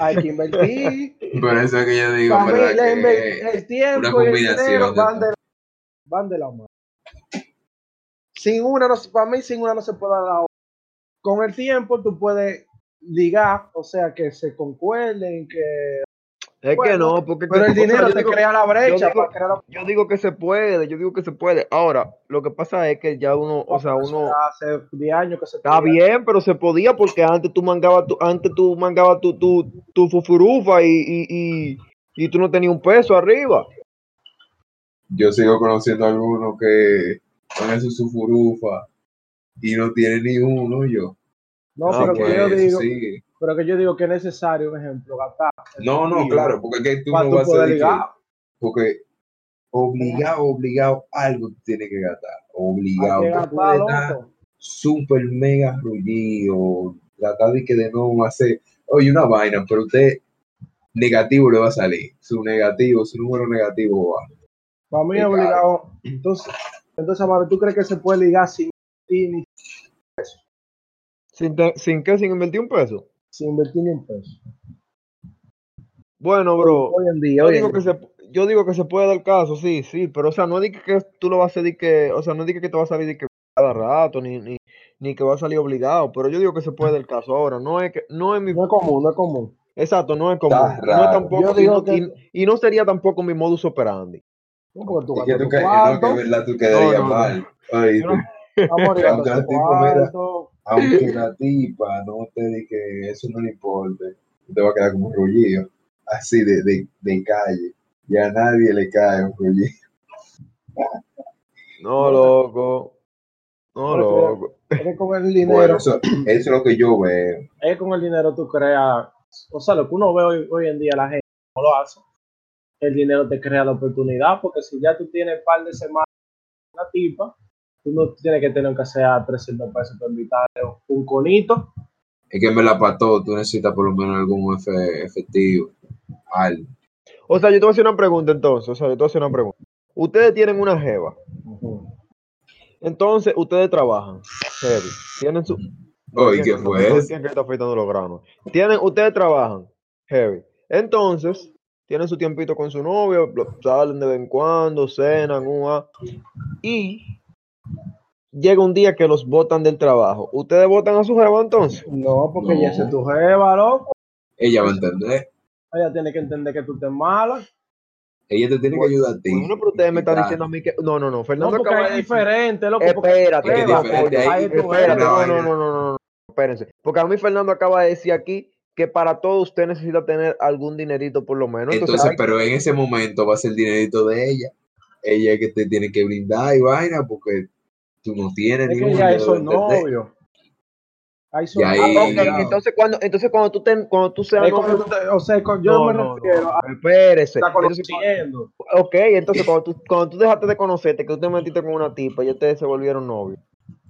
[SPEAKER 3] Hay que invertir.
[SPEAKER 2] Por eso es que yo digo,
[SPEAKER 3] Para mí,
[SPEAKER 2] ¿verdad?
[SPEAKER 3] la eh,
[SPEAKER 2] Que
[SPEAKER 3] inver- el tiempo
[SPEAKER 2] una
[SPEAKER 3] y el
[SPEAKER 2] combinación
[SPEAKER 3] dinero
[SPEAKER 2] de
[SPEAKER 3] van de,
[SPEAKER 2] todo.
[SPEAKER 3] la, van de la mano. Sin una, no, se- para mí, sin una no se puede dar la otra. Con el tiempo tú puedes ligar, o sea, que se concuerden, que...
[SPEAKER 4] Es que
[SPEAKER 3] Bueno,
[SPEAKER 4] no, porque es que-
[SPEAKER 3] Pero el
[SPEAKER 4] o sea,
[SPEAKER 3] dinero
[SPEAKER 4] yo,
[SPEAKER 3] te
[SPEAKER 4] digo,
[SPEAKER 3] crea la brecha
[SPEAKER 4] digo-
[SPEAKER 3] para crear la...
[SPEAKER 4] yo digo que se puede, yo digo que se puede. Ahora, lo que pasa es que ya uno, o sea, uno
[SPEAKER 3] Hace 10 años que se...
[SPEAKER 4] Está bien, pero se podía porque antes tú mangabas tu, antes tú mangabas tu, tu, tu fufurufa y, y, y, y tú no tenías un peso arriba.
[SPEAKER 2] Yo sigo conociendo a algunos que van a su sufurufa y no tiene ni uno yo. pues,
[SPEAKER 3] No,
[SPEAKER 4] Ah,
[SPEAKER 3] pero,
[SPEAKER 2] Así
[SPEAKER 3] que yo
[SPEAKER 2] que
[SPEAKER 3] digo,
[SPEAKER 2] sigue.
[SPEAKER 3] pero que yo digo que es necesario, un ejemplo, gastar.
[SPEAKER 2] No, no,
[SPEAKER 3] efectivo
[SPEAKER 2] claro, porque es que tú
[SPEAKER 3] para
[SPEAKER 2] no
[SPEAKER 3] tú
[SPEAKER 2] vas a
[SPEAKER 3] poder
[SPEAKER 2] decir
[SPEAKER 3] ligar.
[SPEAKER 2] porque obligado, obligado, algo tú tienes que gastar.
[SPEAKER 3] Hay
[SPEAKER 2] Obligado.
[SPEAKER 3] que
[SPEAKER 2] Tú
[SPEAKER 3] gastar,
[SPEAKER 2] puedes dar
[SPEAKER 3] loco.
[SPEAKER 2] súper mega rullido, tratar de que de no hacer, oye, una vaina, pero usted negativo le va a salir, su negativo, su número negativo va.
[SPEAKER 3] Para mí es
[SPEAKER 2] Claro.
[SPEAKER 3] obligado. Entonces, entonces Amaro, ¿tú crees que se puede ligar sin, invertir ni-
[SPEAKER 4] ¿Sin, te- sin qué? ¿Sin invertir un peso?
[SPEAKER 3] sin invertir ni un peso?
[SPEAKER 4] Bueno, bro,
[SPEAKER 3] Hoy en día,
[SPEAKER 4] yo
[SPEAKER 3] hoy en
[SPEAKER 4] digo, que se, yo digo que se puede dar caso, sí, sí, pero o sea, no es de que tú lo vas a decir que, o sea, no es de que te va a salir de que cada rato, ni, ni, ni que va a salir obligado, pero yo digo que se puede dar caso ahora, no es que, no es mi,
[SPEAKER 3] día. No es común, no es común.
[SPEAKER 4] exacto, no es como,
[SPEAKER 2] Está
[SPEAKER 4] no
[SPEAKER 2] raro.
[SPEAKER 4] es tampoco,
[SPEAKER 3] Yo
[SPEAKER 4] y no,
[SPEAKER 3] digo que-
[SPEAKER 4] y- y no sería tampoco mi modus operandi.
[SPEAKER 3] No porque tú
[SPEAKER 2] Y que
[SPEAKER 3] gastas
[SPEAKER 2] tú
[SPEAKER 3] tu
[SPEAKER 2] que, no,
[SPEAKER 3] cuarto,
[SPEAKER 2] que verdad tú quedarías
[SPEAKER 4] No, no, no.
[SPEAKER 2] mal. Ay,
[SPEAKER 4] Yo
[SPEAKER 2] tú-
[SPEAKER 4] no-
[SPEAKER 3] Amor,
[SPEAKER 2] Cuando
[SPEAKER 3] y gastas
[SPEAKER 2] el
[SPEAKER 3] tu
[SPEAKER 2] tipo me da-
[SPEAKER 3] cuarto.
[SPEAKER 2] aunque la tipa no te diga que eso no le importe, te va a quedar como un rullido, así de, de, de calle. Y a nadie le cae un rullido.
[SPEAKER 4] No, loco, no,
[SPEAKER 3] Pero que-
[SPEAKER 4] loco.
[SPEAKER 3] Es con el dinero.
[SPEAKER 2] Bueno, eso, eso es lo que yo veo.
[SPEAKER 3] es con el dinero tú creas, o sea, lo que uno ve hoy, hoy en día la gente no lo hace, el dinero te crea la oportunidad, porque si ya tú tienes un par de semanas con una tipa, tú no tienes que tener que hacer a 300 pesos para invitarle un- un conito,
[SPEAKER 2] Es que en verdad para todo tú necesitas por lo menos algún efe- efectivo. Algo.
[SPEAKER 4] O sea, yo te voy a hacer una pregunta entonces, o sea, yo te voy a hacer una pregunta. Ustedes tienen una jeva, entonces ustedes trabajan, heavy, tienen su,
[SPEAKER 2] Oye, ¿qué
[SPEAKER 4] ¿quién
[SPEAKER 2] fue
[SPEAKER 4] está-
[SPEAKER 2] eso?
[SPEAKER 4] quién que está afeitando los granos? Tienen, ustedes trabajan, heavy. Entonces, tienen su tiempito con su novio, lo- salen de vez en cuando, cenan, una, y llega un día que los botan del trabajo. ¿Ustedes botan a su jeva entonces?
[SPEAKER 3] no, porque
[SPEAKER 2] No.
[SPEAKER 3] ya se tu jeva, loco,
[SPEAKER 2] Ella va a entender.
[SPEAKER 3] ella tiene que entender que tú te mala,
[SPEAKER 2] Ella te tiene que ayudar a ti.
[SPEAKER 4] Bueno, pero ustedes me están
[SPEAKER 2] Claro.
[SPEAKER 4] diciendo a mí que... No, no, no,
[SPEAKER 3] no,
[SPEAKER 4] Fernando
[SPEAKER 3] porque
[SPEAKER 4] acaba
[SPEAKER 3] es
[SPEAKER 4] de decir-
[SPEAKER 3] diferente, loco, porque
[SPEAKER 4] Espérate,
[SPEAKER 2] Es que es
[SPEAKER 3] Espera,
[SPEAKER 2] diferente
[SPEAKER 3] coño,
[SPEAKER 2] ahí.
[SPEAKER 3] ahí tú
[SPEAKER 2] es una
[SPEAKER 4] Espérate, no,
[SPEAKER 2] vaina.
[SPEAKER 4] no, no, no, no, no, espérense. Porque a mí Fernando acaba de decir aquí que para todo usted necesita tener algún dinerito por lo menos. Entonces,
[SPEAKER 2] Entonces, pues,
[SPEAKER 4] hay-
[SPEAKER 2] pero en ese momento va a ser el dinerito de ella. Ella es que te tiene que brindar y vaina porque tú no tienes
[SPEAKER 3] es
[SPEAKER 2] ninguno,
[SPEAKER 3] que ya
[SPEAKER 2] yo
[SPEAKER 3] eso
[SPEAKER 2] lo entendí.
[SPEAKER 3] novio. Ahí son
[SPEAKER 2] Y ahí-
[SPEAKER 4] Ah, ok,
[SPEAKER 2] Claro.
[SPEAKER 4] entonces cuando, entonces cuando tú ten- cuando tú seas
[SPEAKER 3] Es como tú te- o sea, con- yo
[SPEAKER 4] No,
[SPEAKER 3] me
[SPEAKER 4] no,
[SPEAKER 3] refiero a
[SPEAKER 4] espérese.
[SPEAKER 3] estar
[SPEAKER 4] Entonces,
[SPEAKER 3] conociendo.
[SPEAKER 4] cua- ok, entonces cuando tú, cuando tú dejaste de conocerte, que tú te metiste con una tipa, ya ustedes se volvieron novios.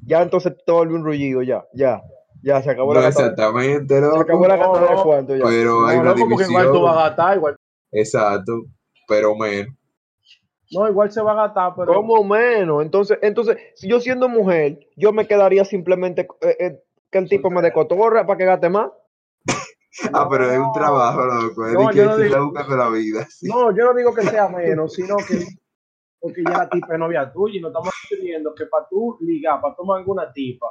[SPEAKER 4] Ya entonces todo volvió un rullido, ya, ya, ya, se acabó
[SPEAKER 2] No
[SPEAKER 4] la gata.
[SPEAKER 2] exactamente,
[SPEAKER 4] Se
[SPEAKER 2] loco,
[SPEAKER 4] acabó la
[SPEAKER 3] No,
[SPEAKER 4] gata de
[SPEAKER 3] no,
[SPEAKER 4] cuánto ya.
[SPEAKER 2] pero hay
[SPEAKER 3] No,
[SPEAKER 2] una
[SPEAKER 3] loco, porque igual tú vas
[SPEAKER 2] división.
[SPEAKER 3] a gastar, igual.
[SPEAKER 2] Exacto, pero menos.
[SPEAKER 3] No, igual se va a gastar, pero.
[SPEAKER 4] ¿Cómo menos? Entonces, entonces, si yo siendo mujer, yo me quedaría simplemente eh, eh, que el tipo me decotorra para que gaste más.
[SPEAKER 2] Ah, pero es un trabajo, loco. Es
[SPEAKER 3] No,
[SPEAKER 2] de que
[SPEAKER 3] yo no
[SPEAKER 2] se está
[SPEAKER 3] digo-
[SPEAKER 2] buscando la vida. sí.
[SPEAKER 3] No, yo no digo que sea menos, sino que. Porque ya la tipa es novia tuya y no estamos diciendo que para tú ligar, para tomar alguna tipa,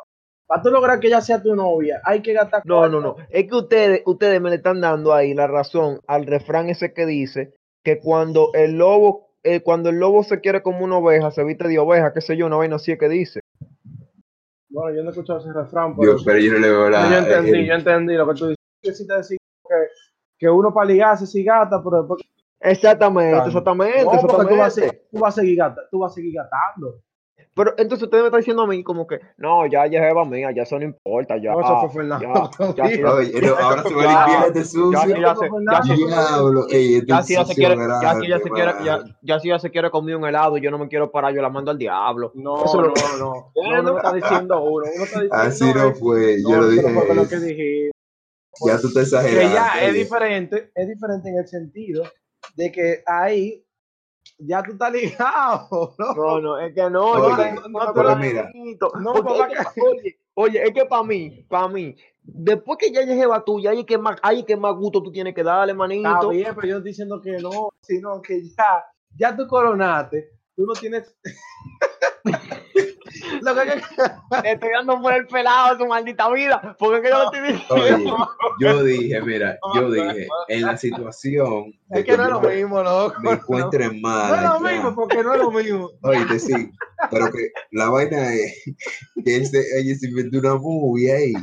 [SPEAKER 3] para tú lograr que ella sea tu novia, hay que gastar.
[SPEAKER 4] No, no, no. Es que ustedes, ustedes me le están dando ahí la razón al refrán ese que dice que cuando el lobo, eh, cuando el lobo se quiere como una oveja, se viste de oveja, qué sé yo, una vaina así es que dice.
[SPEAKER 3] Bueno, yo no he escuchado ese refrán, pero.
[SPEAKER 2] Dios, pero yo no le veo la.
[SPEAKER 3] pero yo entendí,
[SPEAKER 2] el-
[SPEAKER 3] yo entendí lo que tú dices. Que sí te decís que, que uno para ligarse sí gasta, pero después.
[SPEAKER 4] Exactamente,
[SPEAKER 3] Claro.
[SPEAKER 4] exactamente,
[SPEAKER 3] No, porque tú vas, a,
[SPEAKER 4] exactamente.
[SPEAKER 3] seguir- tú vas a seguir gasta- tú vas a seguir gastando.
[SPEAKER 4] Pero entonces ustedes me están diciendo a mí como que, no, ya, ya, Eva mía, ya eso no importa, ya.
[SPEAKER 3] No, eso fue Fernando.
[SPEAKER 4] ya, ya, sí,
[SPEAKER 2] Oye, no, ahora se va a
[SPEAKER 4] Claro.
[SPEAKER 2] limpiar este
[SPEAKER 4] ya,
[SPEAKER 2] sucio.
[SPEAKER 4] sí, ya, se- ya, sí,
[SPEAKER 2] Diablo, ey, este
[SPEAKER 4] ya si ella se
[SPEAKER 2] sucio
[SPEAKER 4] quiere, ya si ella se quiere,
[SPEAKER 2] grande,
[SPEAKER 4] ya,
[SPEAKER 2] mano.
[SPEAKER 4] ya si ella se quiere comer un helado y yo no me quiero parar, yo la mando al diablo.
[SPEAKER 3] No,
[SPEAKER 4] Eso
[SPEAKER 3] no,
[SPEAKER 4] lo-
[SPEAKER 3] no. No, no está diciendo uno. Uno está diciendo.
[SPEAKER 2] Así no
[SPEAKER 3] es-
[SPEAKER 2] fue, yo
[SPEAKER 3] ah, No,
[SPEAKER 2] lo
[SPEAKER 3] pero
[SPEAKER 2] dije.
[SPEAKER 3] fue lo que dije.
[SPEAKER 2] Ya tú te
[SPEAKER 3] que
[SPEAKER 2] exageras.
[SPEAKER 3] ya es diferente, es diferente en el sentido de que ahí ya tú estás ligado, ¿no?
[SPEAKER 4] No, no, es que no,
[SPEAKER 2] Oye,
[SPEAKER 4] yo tengo- no,
[SPEAKER 3] pero
[SPEAKER 4] pero
[SPEAKER 2] mira.
[SPEAKER 4] amiguito,
[SPEAKER 3] No,
[SPEAKER 4] porque
[SPEAKER 3] papá,
[SPEAKER 4] es que- oye, oye, es que para mí, para mí, después que ya llegue a tuya, ahí es que más, ahí es que más gusto tú tienes que darle,
[SPEAKER 3] Está
[SPEAKER 4] manito.
[SPEAKER 3] bien, pero yo no estoy diciendo que no, sino que ya, ya tú coronaste, tú no tienes. Lo que-
[SPEAKER 4] Te estoy dando por el pelado de tu maldita vida, porque es que yo le estoy
[SPEAKER 2] Oye,
[SPEAKER 4] diciendo.
[SPEAKER 2] yo dije, mira, yo dije, en la situación de
[SPEAKER 3] es que no es
[SPEAKER 2] yo
[SPEAKER 3] lo mismo, loco.
[SPEAKER 2] me
[SPEAKER 3] No,
[SPEAKER 2] encuentre
[SPEAKER 3] No es lo
[SPEAKER 2] mal.
[SPEAKER 3] mismo,
[SPEAKER 2] ya.
[SPEAKER 3] porque no es lo mismo.
[SPEAKER 2] Oye, te sí, pero que la vaina es que él se, ella se inventó una movie ahí.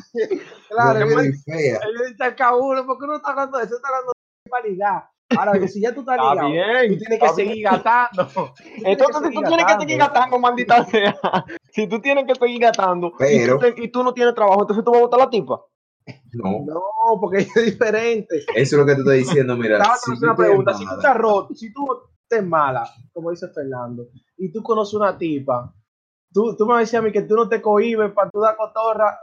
[SPEAKER 3] Claro,
[SPEAKER 2] una
[SPEAKER 3] yo
[SPEAKER 2] movie fea.
[SPEAKER 3] yo dice al cabrón, porque uno está hablando de eso, está hablando de para ligar. Ahora, que si ya tú estás
[SPEAKER 4] Está
[SPEAKER 3] ligado,
[SPEAKER 4] bien,
[SPEAKER 3] tú tienes que
[SPEAKER 4] está bien.
[SPEAKER 3] seguir gastando. Tú tienes
[SPEAKER 4] Entonces, si tú tienes que seguir gastando, maldita sea, si tú tienes que seguir gastando y,
[SPEAKER 2] Pero-
[SPEAKER 4] tú te- y tú no tienes trabajo, entonces tú vas a botar la tipa.
[SPEAKER 2] No,
[SPEAKER 3] No, porque es diferente.
[SPEAKER 2] eso es lo que te estoy diciendo, mira.
[SPEAKER 3] Estaba
[SPEAKER 2] si
[SPEAKER 3] haciendo
[SPEAKER 2] yo
[SPEAKER 3] una
[SPEAKER 2] te
[SPEAKER 3] pregunta. Si tú
[SPEAKER 2] amara-
[SPEAKER 3] estás roto, si tú estás mala, como dice Fernando, y tú conoces una tipa, tú, tú me decías a mí que tú no te cohibes para tú dar cotorra.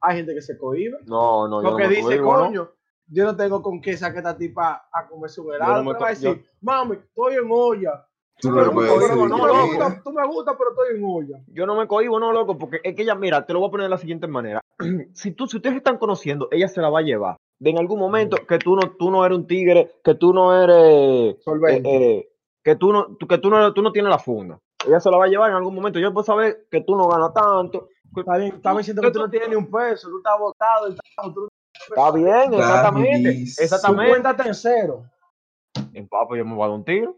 [SPEAKER 3] Hay gente que se cohíbe.
[SPEAKER 4] No, no, yo
[SPEAKER 3] Porque
[SPEAKER 4] no me
[SPEAKER 3] dice,
[SPEAKER 4] cohibo, ¿no?
[SPEAKER 3] coño, yo no tengo con qué sacar esta tipa a comerse un
[SPEAKER 4] Yo
[SPEAKER 3] helado.
[SPEAKER 4] no me
[SPEAKER 3] Pero va a
[SPEAKER 4] co- yo-
[SPEAKER 3] decir, mami, estoy en olla.
[SPEAKER 2] Tú no
[SPEAKER 3] Pero
[SPEAKER 2] le puedes
[SPEAKER 3] tú-
[SPEAKER 2] decir.
[SPEAKER 3] pero no
[SPEAKER 2] que
[SPEAKER 3] me
[SPEAKER 2] no.
[SPEAKER 3] gusta, tú me gustas, pero estoy en olla.
[SPEAKER 4] Yo no me cohibo, no, loco, porque es que ella, mira, te lo voy a poner de la siguiente manera. si, tú, si ustedes se están conociendo, ella se la va a llevar. De en algún momento que tú no, tú no eres un tigre, que tú no eres. eh,
[SPEAKER 3] Solvente.
[SPEAKER 4] eh, que tú no, tú- que tú no, tú no tienes la funda. Ella se la va a llevar en algún momento. Yo puedo saber que tú no ganas tanto. que-
[SPEAKER 3] Está bien, está diciendo que tú no tienes ni un peso, tú estás botado, el trabajo, tú
[SPEAKER 4] Está bien, exactamente.
[SPEAKER 2] Está
[SPEAKER 3] tú
[SPEAKER 4] Exactamente.
[SPEAKER 3] cuentas en cero.
[SPEAKER 4] Eh, Papo, yo me voy a dar un tiro.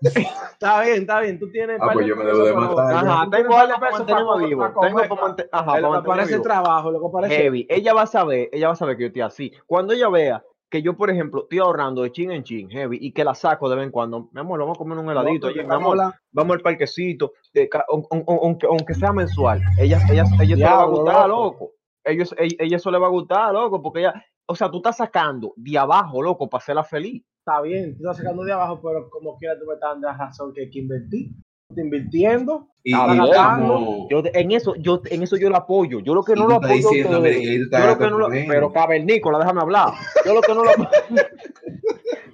[SPEAKER 3] Está bien, está bien, tú tienes.
[SPEAKER 2] Ah,
[SPEAKER 3] par
[SPEAKER 2] pues yo me debo
[SPEAKER 3] pesos
[SPEAKER 2] de
[SPEAKER 3] para-
[SPEAKER 2] matar.
[SPEAKER 4] Ajá,
[SPEAKER 3] Tú tienes
[SPEAKER 4] tengo
[SPEAKER 3] par de
[SPEAKER 4] algo para
[SPEAKER 3] pesos
[SPEAKER 4] mantenerme
[SPEAKER 3] para-
[SPEAKER 4] vivo.
[SPEAKER 3] para
[SPEAKER 4] Tengo
[SPEAKER 3] comer,
[SPEAKER 4] para
[SPEAKER 3] para-
[SPEAKER 4] mantener. Ajá,
[SPEAKER 3] Para
[SPEAKER 4] para
[SPEAKER 3] lo que
[SPEAKER 4] mantenerme
[SPEAKER 3] parece
[SPEAKER 4] vivo.
[SPEAKER 3] trabajo, lo que parece.
[SPEAKER 4] heavy. Ella va a saber, ella va a saber que yo estoy así. Cuando ella vea que yo, por ejemplo, estoy ahorrando de chin en chin, heavy, y que la saco de vez en cuando, mi amor, vamos a comer un heladito,
[SPEAKER 3] No,
[SPEAKER 4] oye, mi
[SPEAKER 3] vamos a
[SPEAKER 4] amor,
[SPEAKER 3] hablar.
[SPEAKER 4] vamos al parquecito, de ca- on- on- on- aunque, aunque sea mensual, ella, ella, ella eso le va a
[SPEAKER 3] Diablo,
[SPEAKER 4] gustar,
[SPEAKER 3] loco.
[SPEAKER 4] loco. Ellos, ella, ella eso le va a gustar, loco, porque ella, o sea, tú estás sacando de abajo, loco, para hacerla feliz.
[SPEAKER 3] está bien, tú estás sacando de abajo, pero como quiera tú me estás dando la razón que hay que invertir. Te invirtiendo.
[SPEAKER 2] Y,
[SPEAKER 4] Ah,
[SPEAKER 2] y
[SPEAKER 4] bien.
[SPEAKER 2] estamos-
[SPEAKER 4] Yo, en eso, yo, en eso yo la apoyo. Yo lo que
[SPEAKER 2] Y
[SPEAKER 4] no
[SPEAKER 2] tú
[SPEAKER 4] lo
[SPEAKER 2] estás
[SPEAKER 4] apoyo. a
[SPEAKER 2] diciendo,
[SPEAKER 4] ustedes,
[SPEAKER 2] mira, y ahí tú estás
[SPEAKER 4] yo lo que no lo-
[SPEAKER 2] cogiendo.
[SPEAKER 4] pero cavernícola, déjame hablar. Yo lo que no lo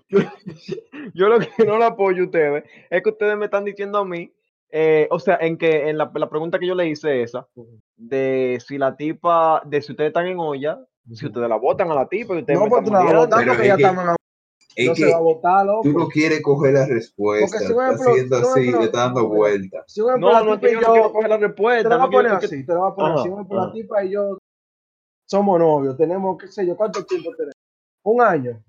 [SPEAKER 4] yo, yo lo que no lo apoyo a ustedes es que ustedes me están diciendo a mí, eh, o sea, en que en la, la pregunta que yo le hice esa, de si la tipa, de si ustedes están en olla, si ustedes la botan a la tipa y ustedes
[SPEAKER 3] No,
[SPEAKER 4] me
[SPEAKER 3] pues
[SPEAKER 4] están
[SPEAKER 3] tú la vas a
[SPEAKER 4] molestando.
[SPEAKER 3] botar
[SPEAKER 2] pero
[SPEAKER 3] porque
[SPEAKER 2] es
[SPEAKER 3] ya
[SPEAKER 2] que-
[SPEAKER 3] estamos en la
[SPEAKER 2] es
[SPEAKER 3] No
[SPEAKER 2] que
[SPEAKER 3] se va a botar,
[SPEAKER 2] tú no
[SPEAKER 3] loco.
[SPEAKER 2] quieres coger la respuesta.
[SPEAKER 3] Porque si un
[SPEAKER 2] Estás
[SPEAKER 3] ejemplo-
[SPEAKER 2] haciendo
[SPEAKER 3] si un
[SPEAKER 2] así,
[SPEAKER 3] ejemplo- eh,
[SPEAKER 2] le estás dando vueltas.
[SPEAKER 3] Si un
[SPEAKER 4] No, no es
[SPEAKER 3] tipa
[SPEAKER 4] que
[SPEAKER 3] y
[SPEAKER 4] yo no quiero coger la respuesta.
[SPEAKER 3] te lo voy
[SPEAKER 4] no
[SPEAKER 3] a
[SPEAKER 4] quiero-
[SPEAKER 3] poner
[SPEAKER 4] es que-
[SPEAKER 3] así, te lo voy a poner
[SPEAKER 2] Ah.
[SPEAKER 4] Ajá,
[SPEAKER 3] así. Un ejemplo,
[SPEAKER 4] ajá.
[SPEAKER 3] la tipa y yo somos novios, tenemos, qué sé yo, ¿cuánto tiempo tenemos? Un año.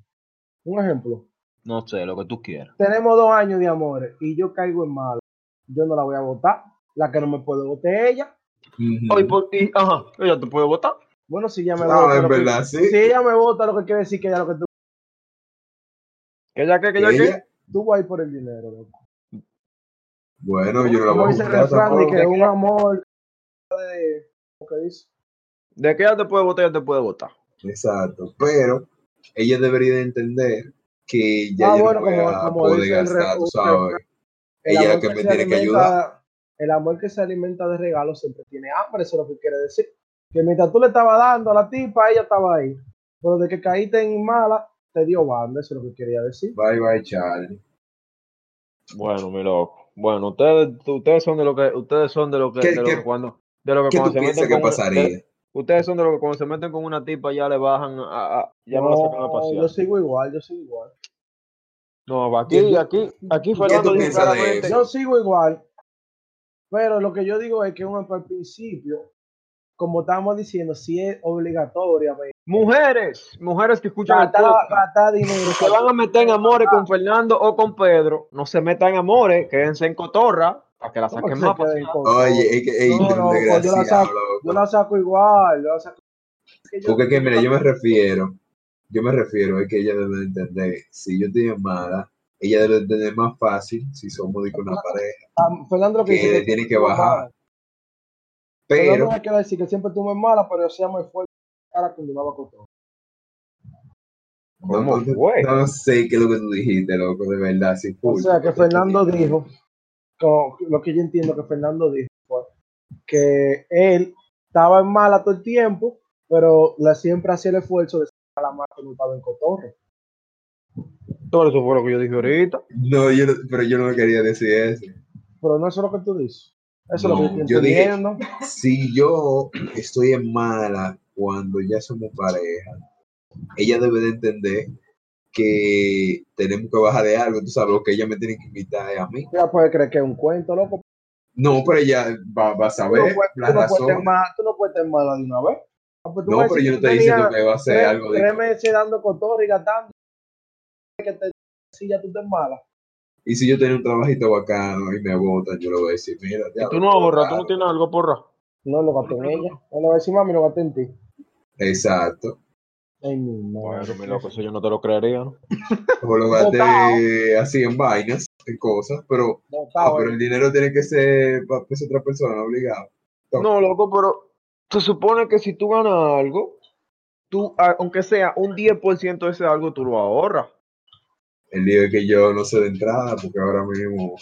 [SPEAKER 3] Un ejemplo.
[SPEAKER 4] No sé, lo que tú quieras.
[SPEAKER 3] Tenemos dos años de amores y yo caigo en malo. Yo no la voy a votar. La que no me puede votar es ella.
[SPEAKER 4] Ay, por ti, ajá, ella te puede votar.
[SPEAKER 3] Bueno, si ella me
[SPEAKER 2] Ah,
[SPEAKER 3] vota.
[SPEAKER 2] en
[SPEAKER 3] lo que-
[SPEAKER 2] verdad, sí.
[SPEAKER 3] Si ella me vota, lo que quiere decir que ella lo que tú,
[SPEAKER 4] Que ella que, que ella que.
[SPEAKER 2] Ella-
[SPEAKER 3] tú vas a ir por el dinero, loco.
[SPEAKER 2] Bueno, yo no la
[SPEAKER 3] Como
[SPEAKER 2] voy a
[SPEAKER 3] dice el
[SPEAKER 2] buscar
[SPEAKER 3] refrán de
[SPEAKER 2] tampoco.
[SPEAKER 3] que un amor de ¿cómo que dice?
[SPEAKER 4] De que ella te puede votar, ella te puede votar.
[SPEAKER 2] Exacto. Pero ella debería de entender que ya
[SPEAKER 3] Ah,
[SPEAKER 2] yo
[SPEAKER 3] bueno,
[SPEAKER 2] no voy
[SPEAKER 3] como-
[SPEAKER 2] a
[SPEAKER 3] como
[SPEAKER 2] poder
[SPEAKER 3] dice el re-
[SPEAKER 2] gastar, tú
[SPEAKER 3] un
[SPEAKER 2] sabes.
[SPEAKER 3] refrán, el
[SPEAKER 2] Ella es la
[SPEAKER 3] amor
[SPEAKER 2] que me
[SPEAKER 3] se
[SPEAKER 2] tiene que
[SPEAKER 3] alimenta-
[SPEAKER 2] ayudar.
[SPEAKER 3] El amor que se alimenta de regalos siempre tiene hambre, eso es lo que quiere decir. Que mientras tú le estabas dando a la tipa, ella estaba ahí. Pero de que caíste en mala, te dio hambre, eso es lo que quería decir.
[SPEAKER 2] Bye, bye, Charlie.
[SPEAKER 4] Bueno, mi loco. Bueno, ustedes, ustedes son de lo que, ustedes son de lo que,
[SPEAKER 2] ¿Qué-
[SPEAKER 4] de lo
[SPEAKER 2] qué-
[SPEAKER 4] que cuando, de lo que
[SPEAKER 2] ¿Qué tú
[SPEAKER 4] cuando se
[SPEAKER 2] piensas
[SPEAKER 4] meten
[SPEAKER 2] que
[SPEAKER 4] con una,
[SPEAKER 2] pasaría?
[SPEAKER 4] de- ustedes son de lo que cuando se meten con una tipa ya le bajan, a, a- ya no, la sacan a pasear.
[SPEAKER 3] yo sigo igual, yo sigo igual.
[SPEAKER 4] No, aquí,
[SPEAKER 2] ¿Qué-
[SPEAKER 4] aquí, aquí
[SPEAKER 2] tú
[SPEAKER 4] Fernando dice
[SPEAKER 2] piensas de
[SPEAKER 4] claramente.
[SPEAKER 2] eso?
[SPEAKER 3] Yo sigo igual. Pero lo que yo digo es que uno al principio, como estábamos diciendo, si es obligatoria,
[SPEAKER 4] Mujeres, mujeres que escuchan el
[SPEAKER 3] Gata,
[SPEAKER 4] podcast,
[SPEAKER 3] gata dinero.
[SPEAKER 4] se van a meter en amores con Fernando o con Pedro, no se metan en amores, quédense en cotorra para que la
[SPEAKER 3] ¿Cómo que
[SPEAKER 4] saquen
[SPEAKER 3] se
[SPEAKER 4] más.
[SPEAKER 3] queden
[SPEAKER 4] pasear.
[SPEAKER 3] con-
[SPEAKER 2] Oye, es que, ey,
[SPEAKER 3] No,
[SPEAKER 2] tú
[SPEAKER 3] loco, yo la
[SPEAKER 2] desgraciado,
[SPEAKER 3] saco.
[SPEAKER 2] loco.
[SPEAKER 3] Yo la saco igual. Yo la saco... Es que yo-
[SPEAKER 2] Porque es que, mira, yo me refiero, yo me refiero es que ella debe de entender, si yo estoy en mala, ella debe de entender más fácil si somos de que una pareja.
[SPEAKER 3] Ah, Fernando lo que
[SPEAKER 2] que
[SPEAKER 3] dice
[SPEAKER 2] le tiene que bajar.
[SPEAKER 3] Pero
[SPEAKER 2] Pero,
[SPEAKER 3] no quiere decir que siempre tú me mala, pero yo sea muy fuerte cara cuando me va con todo.
[SPEAKER 4] ¿Cómo fue?
[SPEAKER 2] No, no sé qué es lo que tú dijiste, loco, de verdad, sí,
[SPEAKER 3] O
[SPEAKER 2] full,
[SPEAKER 3] sea, que
[SPEAKER 2] lo tú
[SPEAKER 3] Fernando
[SPEAKER 2] dijiste.
[SPEAKER 3] dijo, como lo que yo entiendo que Fernando dijo fue que él estaba en mala todo el tiempo, pero la siempre hacía el esfuerzo de sacar la mano cuando estaba en cotorro.
[SPEAKER 4] Todo eso fue lo que yo dije ahorita.
[SPEAKER 2] No, yo no- pero yo no quería decir eso.
[SPEAKER 3] Pero no eso es lo que tú dices. Eso
[SPEAKER 2] No,
[SPEAKER 3] es lo que
[SPEAKER 2] yo
[SPEAKER 3] yo
[SPEAKER 2] dije-
[SPEAKER 3] estoy entendiendo.
[SPEAKER 2] Si yo estoy en mala cuando ya somos pareja, ella debe de entender que tenemos que bajar de algo, tú sabes, lo que ella me tiene que invitar es a mí.
[SPEAKER 3] Ya puede creer que es un cuento, loco.
[SPEAKER 2] No, pero ella va, va a
[SPEAKER 3] Tú no
[SPEAKER 2] saber
[SPEAKER 3] puedes-
[SPEAKER 2] Pues, la
[SPEAKER 3] tú no pues, puedes
[SPEAKER 2] razón.
[SPEAKER 3] estar mala- tú no puedes estar mala de una vez. Ah, pues tú
[SPEAKER 2] No,
[SPEAKER 3] vas a
[SPEAKER 2] pero
[SPEAKER 3] decir
[SPEAKER 2] yo no
[SPEAKER 3] que
[SPEAKER 2] estoy
[SPEAKER 3] tú
[SPEAKER 2] diciendo
[SPEAKER 3] tenías
[SPEAKER 2] que va a ser
[SPEAKER 3] tres-
[SPEAKER 2] algo de...
[SPEAKER 3] Tres meses dando cotorra y gastando. Que te si ya tú estás mala.
[SPEAKER 2] Y si yo tengo un trabajito bacano y me botan, yo le voy a decir, mira, ya,
[SPEAKER 4] Y tú no ahorras, tú no tienes algo porra.
[SPEAKER 3] No lo gasté en ella. No lo voy a decir mami, lo gasté en ti.
[SPEAKER 2] Exacto.
[SPEAKER 3] Ay, mi madre.
[SPEAKER 4] Bueno, mi loco, eso yo no te lo creería, ¿no?
[SPEAKER 2] O lo gasté así en vainas, en cosas, pero,
[SPEAKER 3] No,
[SPEAKER 2] ah,
[SPEAKER 3] está
[SPEAKER 2] pero
[SPEAKER 3] bueno.
[SPEAKER 2] el dinero tiene que ser para otra persona, obligado.
[SPEAKER 4] No, loco, pero se supone que si tú ganas algo, tú, a- aunque sea un 10% de ese algo, tú lo ahorras.
[SPEAKER 2] El lío es que yo no sé de entrada porque ahora mismo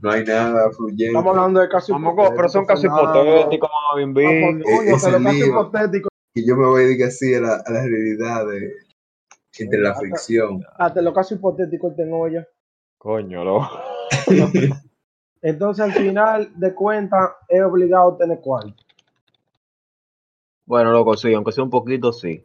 [SPEAKER 2] No hay nada fluyendo.
[SPEAKER 3] Estamos hablando de casos Ah, pues,
[SPEAKER 4] Vamos, co- pero son casos hipotéticos, mamá, bim, bim.
[SPEAKER 3] Coño,
[SPEAKER 2] Ese
[SPEAKER 3] pero casos
[SPEAKER 2] lío.
[SPEAKER 3] hipotéticos.
[SPEAKER 2] Y yo me voy a decir así a la, a la realidad de, entre la ficción.
[SPEAKER 3] Hasta los casos hipotéticos tengo ya.
[SPEAKER 4] Coño, loco.
[SPEAKER 3] Entonces, al final de cuentas, es obligado a tener cuarto.
[SPEAKER 5] Bueno, loco, sí, aunque sea un poquito, sí.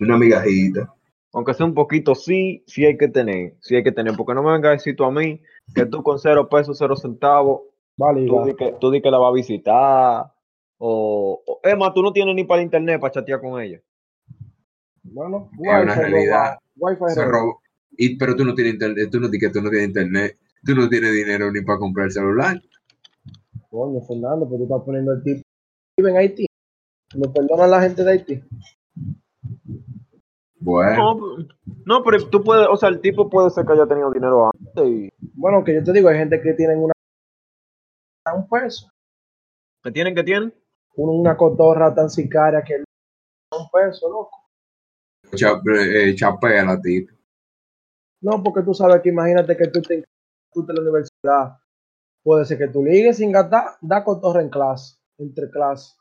[SPEAKER 2] Una migajita.
[SPEAKER 4] Aunque sea un poquito, sí, sí hay que tener, sí hay que tener, porque no me vengas a decir tú a mí que tú con cero pesos, cero centavos,
[SPEAKER 3] Vale,
[SPEAKER 4] tú di que, tú di que la vas a visitar, o, o- es más, tú no tienes ni para el internet para chatear con ella.
[SPEAKER 3] Bueno,
[SPEAKER 2] Es una realidad.
[SPEAKER 3] Wi-Fi
[SPEAKER 2] Se
[SPEAKER 3] roba.
[SPEAKER 2] robó. Y, pero tú no tienes internet, tú no, di que tú no tienes internet, tú no tienes dinero ni para comprar el celular.
[SPEAKER 3] Coño, Fernando, pero tú estás poniendo el tipo. Vive en Haití. Lo perdonan la gente de Haití.
[SPEAKER 2] Bueno,
[SPEAKER 4] No, p- no, pero tú puedes, o sea, el tipo puede ser que haya tenido dinero antes y
[SPEAKER 3] Bueno, que yo te digo, hay gente que tienen una. un peso.
[SPEAKER 4] ¿que tienen, que tienen?
[SPEAKER 3] Una cotorra tan sicaria que. un peso, loco.
[SPEAKER 2] cha- eh, chapea la tipa.
[SPEAKER 3] No, porque tú sabes que imagínate que tú te. tú te en la universidad. Puede ser que tú ligues sin gastar, da cotorra en clase, entre clases.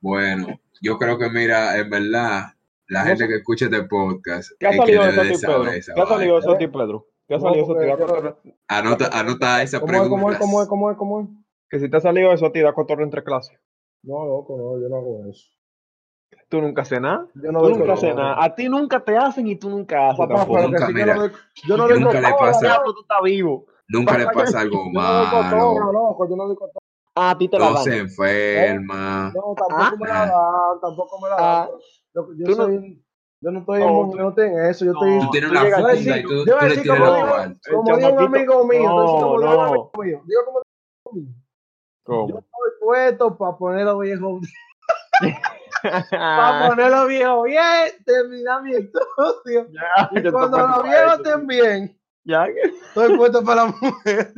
[SPEAKER 2] Bueno, yo creo que mira, en verdad, la gente que escucha este podcast
[SPEAKER 4] ¿Qué ha
[SPEAKER 2] es que
[SPEAKER 4] salido de
[SPEAKER 2] debe
[SPEAKER 4] eso a ti,
[SPEAKER 2] de
[SPEAKER 4] Pedro?
[SPEAKER 2] saber esa
[SPEAKER 4] ¿Qué ha salido de
[SPEAKER 2] vaina.
[SPEAKER 4] eso a ti, Pedro? ¿Qué ha
[SPEAKER 3] No,
[SPEAKER 4] salido de pues, eso a ti?
[SPEAKER 3] porque
[SPEAKER 4] Da cotorra-
[SPEAKER 2] Anota, anota esa
[SPEAKER 3] ¿Cómo es,
[SPEAKER 2] pregunta.
[SPEAKER 3] cómo es, cómo es, cómo es, cómo es?
[SPEAKER 4] Que si te ha salido eso a ti, da cotorra entre clases.
[SPEAKER 3] No, loco, no, yo no hago eso.
[SPEAKER 4] Tú nunca haces nada.
[SPEAKER 3] Yo no
[SPEAKER 4] Tú
[SPEAKER 3] doy cotorra.
[SPEAKER 4] nunca haces nada. A ti nunca te hacen y tú nunca haces.
[SPEAKER 3] Papá,
[SPEAKER 4] tampoco.
[SPEAKER 3] pero que
[SPEAKER 2] Nunca,
[SPEAKER 3] si yo
[SPEAKER 2] mira,
[SPEAKER 3] no doy- yo no
[SPEAKER 2] yo
[SPEAKER 3] doy
[SPEAKER 2] nunca le
[SPEAKER 3] cotorra,
[SPEAKER 2] pasa-
[SPEAKER 3] loco,
[SPEAKER 4] Diablo, tú estás vivo.
[SPEAKER 2] Nunca le pasa algo
[SPEAKER 3] Yo no doy cotorra,
[SPEAKER 2] malo.
[SPEAKER 3] loco, yo no doy cotorra.
[SPEAKER 4] Ah, a ti te la
[SPEAKER 2] No
[SPEAKER 4] dan.
[SPEAKER 3] ¿Eh?
[SPEAKER 2] se enferma.
[SPEAKER 3] No, tampoco
[SPEAKER 4] Ah.
[SPEAKER 3] me la dan, tampoco me la dan.
[SPEAKER 4] Ah.
[SPEAKER 3] Loco, yo,
[SPEAKER 4] Tú no-
[SPEAKER 3] soy- yo no estoy en,
[SPEAKER 4] No,
[SPEAKER 3] mon-
[SPEAKER 4] tú-
[SPEAKER 3] yo no estoy en eso, yo
[SPEAKER 4] No.
[SPEAKER 3] estoy...
[SPEAKER 2] Tú tienes
[SPEAKER 4] tú
[SPEAKER 2] la
[SPEAKER 4] llegas a
[SPEAKER 2] funda
[SPEAKER 4] decir-
[SPEAKER 2] y tú, tú
[SPEAKER 3] Yo voy a
[SPEAKER 2] le
[SPEAKER 3] decir
[SPEAKER 2] tienes
[SPEAKER 3] como
[SPEAKER 2] la
[SPEAKER 3] digo,
[SPEAKER 2] guarda.
[SPEAKER 4] El
[SPEAKER 3] como digo un
[SPEAKER 4] chamaquito-
[SPEAKER 3] amigo mío,
[SPEAKER 4] No,
[SPEAKER 3] entonces, como digo un
[SPEAKER 4] no.
[SPEAKER 3] amigo mío, digo como digo un amigo mío,
[SPEAKER 4] ¿Cómo?
[SPEAKER 3] estoy puesto para poner a los viejos,
[SPEAKER 4] Ah.
[SPEAKER 3] para poner a los viejos bien, terminar mi estudio.
[SPEAKER 4] Ya, yo te
[SPEAKER 3] Cuando
[SPEAKER 4] puesto
[SPEAKER 3] los
[SPEAKER 4] para
[SPEAKER 3] viejos
[SPEAKER 4] eso,
[SPEAKER 3] estén bien,
[SPEAKER 4] Ya que,
[SPEAKER 3] estoy puesto para las mujeres.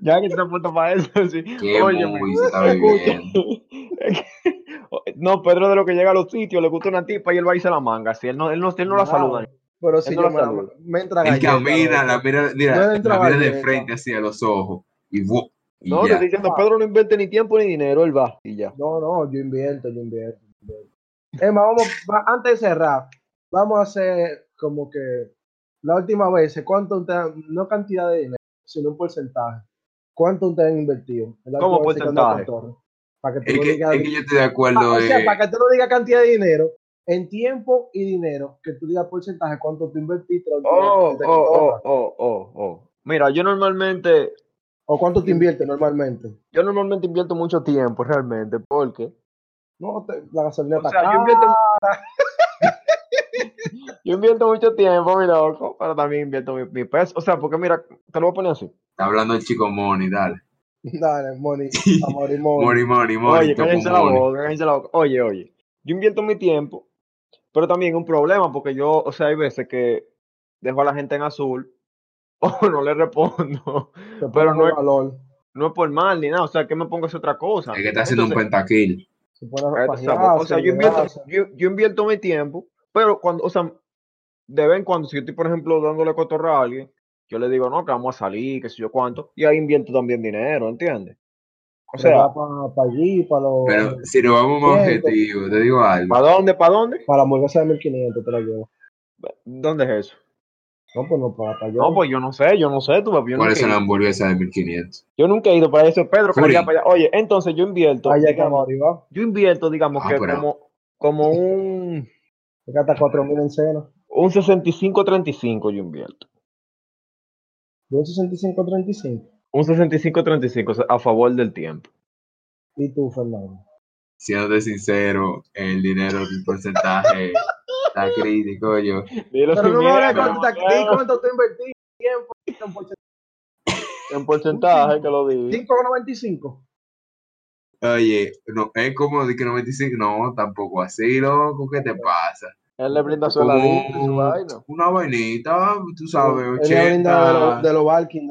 [SPEAKER 4] ya que te puesto para eso. Sí.
[SPEAKER 2] Qué
[SPEAKER 4] Oye,
[SPEAKER 2] muy se está viviendo.
[SPEAKER 4] no, Pedro de lo que llega a los sitios le gusta una tipa y él va y se la manga. Si él no, él no, él no la
[SPEAKER 3] Wow.
[SPEAKER 4] saluda.
[SPEAKER 3] Pero si
[SPEAKER 4] Él no
[SPEAKER 3] yo
[SPEAKER 4] la
[SPEAKER 3] me, la-
[SPEAKER 4] saluda.
[SPEAKER 3] me entra
[SPEAKER 2] Él
[SPEAKER 3] galleta,
[SPEAKER 2] camina,
[SPEAKER 3] loco.
[SPEAKER 2] la mira, mira,
[SPEAKER 3] No le
[SPEAKER 2] la
[SPEAKER 3] entra
[SPEAKER 2] mira de
[SPEAKER 3] galleta.
[SPEAKER 2] frente hacia los ojos y, ¡bu! y
[SPEAKER 4] No, te
[SPEAKER 2] ya.
[SPEAKER 4] estoy diciendo, Pedro no invierte ni tiempo ni dinero, él va y ya.
[SPEAKER 3] No, no, yo invierto, yo invierto. yo invierto. Es más, vamos, va- antes de cerrar, vamos a hacer como que la última vez, ¿cuánto usted, ha- no cantidad de dinero, sino un porcentaje? ¿Cuánto usted han invertido? Es la
[SPEAKER 4] ¿Cómo
[SPEAKER 3] última vez que ando
[SPEAKER 4] porcentaje?
[SPEAKER 3] con Torres. Para que tú
[SPEAKER 2] Es
[SPEAKER 3] no
[SPEAKER 2] que,
[SPEAKER 3] digas,
[SPEAKER 2] es que yo estoy de acuerdo.
[SPEAKER 3] Ah, o sea,
[SPEAKER 2] eh,
[SPEAKER 3] para que tú no digas cantidad de dinero, en tiempo y dinero, que tú digas porcentaje, cuánto tú invertiste. la última
[SPEAKER 4] Oh,
[SPEAKER 3] vez que te
[SPEAKER 4] oh, oh,
[SPEAKER 3] contó,
[SPEAKER 4] oh, oh, oh. Mira, yo normalmente
[SPEAKER 3] O cuánto te inviertes normalmente.
[SPEAKER 4] Yo normalmente invierto mucho tiempo realmente, porque
[SPEAKER 3] No, te- la gasolina
[SPEAKER 4] o
[SPEAKER 3] está
[SPEAKER 4] sea, yo,
[SPEAKER 3] cara.
[SPEAKER 4] invierto, yo invierto mucho tiempo, mi loco, pero también invierto mi, mi peso. O sea, porque mira, te lo voy a poner así.
[SPEAKER 2] está hablando el chico Money, dale.
[SPEAKER 3] Dale, Moni, amor y Moni.
[SPEAKER 2] Money, money, money.
[SPEAKER 4] Oye,
[SPEAKER 2] topo
[SPEAKER 4] cállense la
[SPEAKER 2] money.
[SPEAKER 4] boca, cállense la boca. Oye, oye, yo invierto mi tiempo, pero también un problema, porque yo, o sea, hay veces que dejo a la gente en azul o no le respondo.
[SPEAKER 3] Te
[SPEAKER 4] Pero
[SPEAKER 3] pones
[SPEAKER 4] no
[SPEAKER 3] a
[SPEAKER 4] es-
[SPEAKER 3] valor.
[SPEAKER 4] No es por mal ni nada, o sea, que me pongo a hacer otra cosa.
[SPEAKER 2] Es que está haciendo un
[SPEAKER 4] Entonces,
[SPEAKER 2] pentaquil.
[SPEAKER 3] Se pone a
[SPEAKER 4] Eh, o sea,
[SPEAKER 3] repaginar,
[SPEAKER 4] o sea,
[SPEAKER 3] se
[SPEAKER 4] yo invierto,
[SPEAKER 3] engrasa.
[SPEAKER 4] yo, yo invierto mi tiempo, pero cuando, o sea, de vez en cuando, si yo estoy, por ejemplo, dándole cotorra a alguien, yo le digo, no, que vamos a salir, que sé yo cuánto, y ahí invierto también dinero, ¿entiendes?
[SPEAKER 3] Pero
[SPEAKER 4] O sea,
[SPEAKER 3] va pa- pa allí, para los.
[SPEAKER 2] Pero si nos vamos más
[SPEAKER 3] oh. Bien,
[SPEAKER 2] objetivo, te digo algo.
[SPEAKER 4] ¿para dónde? ¿Para dónde?
[SPEAKER 3] Para la hamburguesa de 1500 te la llevo.
[SPEAKER 4] ¿Dónde es eso?
[SPEAKER 3] No, pues no, para, para allá.
[SPEAKER 4] No, pues yo no sé, yo no sé, tú, papi, yo,
[SPEAKER 2] ¿Cuál
[SPEAKER 4] nunca
[SPEAKER 2] es
[SPEAKER 4] he
[SPEAKER 2] la
[SPEAKER 4] ido.
[SPEAKER 2] hamburguesa de 1500?
[SPEAKER 4] yo nunca he ido para eso, Pedro, que
[SPEAKER 2] Juri.
[SPEAKER 4] vaya para allá. Oye, entonces yo invierto,
[SPEAKER 3] allá está
[SPEAKER 4] digamos,
[SPEAKER 3] arriba.
[SPEAKER 4] yo invierto, digamos,
[SPEAKER 2] Ah,
[SPEAKER 4] que
[SPEAKER 2] pero-
[SPEAKER 4] como, como un,
[SPEAKER 3] Te gasta 4000 en cena.
[SPEAKER 4] un 65-35 yo invierto.
[SPEAKER 3] De un 65-35.
[SPEAKER 4] Un 65-35 o sea, a favor del tiempo.
[SPEAKER 3] ¿Y tú, Fernando?
[SPEAKER 2] Siéndote sincero, el dinero, el porcentaje está crítico. Yo,
[SPEAKER 4] Dilo sin miedo,
[SPEAKER 2] hables
[SPEAKER 4] mi amor.
[SPEAKER 3] tú invertí. Tiempo, tiempo,
[SPEAKER 4] En porcentaje que lo di.
[SPEAKER 3] 5.95.
[SPEAKER 2] oye, no, es como de que 95, no, tampoco así, loco, ¿qué te pasa?
[SPEAKER 4] Él le brinda su heladito y su vaina.
[SPEAKER 2] Como una vainita, tú sabes,
[SPEAKER 3] Él le brinda de los-
[SPEAKER 2] 80,
[SPEAKER 3] de los Valkyries,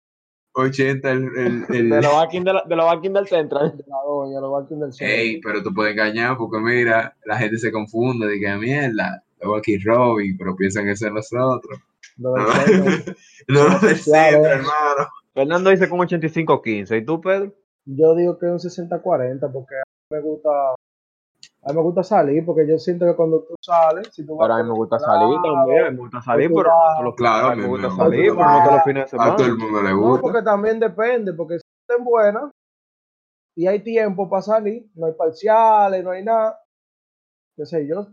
[SPEAKER 2] 80 el, el, el-
[SPEAKER 4] De los backing, de la- de los backing del centro.
[SPEAKER 3] de la doña, los Valkyries del sur.
[SPEAKER 2] Ey, pero tú puedes engañar porque mira, la gente se confunde, de que mierda, luego aquí Robin, pero piensan que son nosotros.
[SPEAKER 3] de los del sur.
[SPEAKER 2] No lo
[SPEAKER 3] Claro.
[SPEAKER 2] centro, hermano.
[SPEAKER 4] Fernando dice que un 85-15. ¿Y tú, Pedro?
[SPEAKER 3] Yo digo que es un 60-40 porque a mí me gusta. A mí me gusta salir porque yo siento que cuando tú sales, si tú vas
[SPEAKER 4] Pero a mí me gusta salir también. Me gusta salir, pero no te lo
[SPEAKER 2] Claro, a mí
[SPEAKER 4] me gusta
[SPEAKER 2] me
[SPEAKER 4] salir,
[SPEAKER 3] gusta.
[SPEAKER 4] pero no te los fines de
[SPEAKER 2] A todo el
[SPEAKER 4] semana.
[SPEAKER 2] mundo le
[SPEAKER 3] No,
[SPEAKER 2] gusta.
[SPEAKER 3] porque también depende, porque si estén buenas y hay tiempo para salir, no hay parciales, no hay nada, qué sé yo,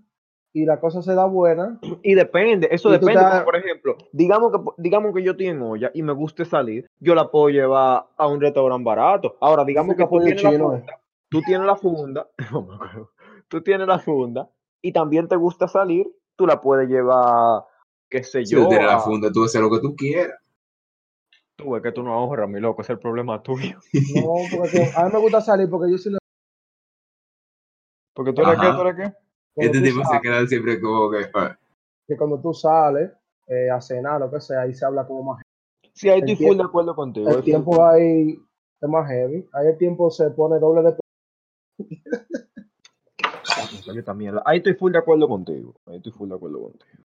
[SPEAKER 3] y la cosa se da buena,
[SPEAKER 4] Y depende, eso
[SPEAKER 3] Y tú
[SPEAKER 4] depende.
[SPEAKER 3] estás-
[SPEAKER 4] porque, por ejemplo, digamos que, digamos que yo estoy en olla y me guste salir, yo la puedo llevar a un restaurante barato. Ahora, digamos que
[SPEAKER 3] Significa
[SPEAKER 4] tú tienes, la
[SPEAKER 3] pollo chino, eh.
[SPEAKER 4] funda, tú tienes la funda, no me acuerdo. tú tienes la funda y también te gusta salir, tú la puedes llevar, qué sé
[SPEAKER 2] Si
[SPEAKER 4] yo.
[SPEAKER 2] tú tienes
[SPEAKER 4] a-
[SPEAKER 2] la funda, tú haces lo que tú quieras.
[SPEAKER 4] Tú, es que tú no ahorras, mi loco, ese es el problema tuyo.
[SPEAKER 3] no, porque si- a mí me gusta salir porque yo sí le
[SPEAKER 4] Porque tú eres
[SPEAKER 2] Ajá.
[SPEAKER 4] qué, tú eres qué.
[SPEAKER 3] cuando
[SPEAKER 2] este
[SPEAKER 3] tú
[SPEAKER 2] tipo se
[SPEAKER 3] sales-
[SPEAKER 2] queda siempre como que. ah,
[SPEAKER 3] que cuando tú sales eh, a cenar, lo que sea, ahí se habla como más
[SPEAKER 4] Sí,
[SPEAKER 3] El
[SPEAKER 4] ahí estoy
[SPEAKER 3] tiempo-
[SPEAKER 4] full de acuerdo contigo.
[SPEAKER 3] El
[SPEAKER 4] eso-
[SPEAKER 3] tiempo ahí es más heavy, ahí el tiempo se pone doble de...
[SPEAKER 4] Yo también, ahí estoy full de acuerdo contigo. Ahí estoy full de acuerdo contigo.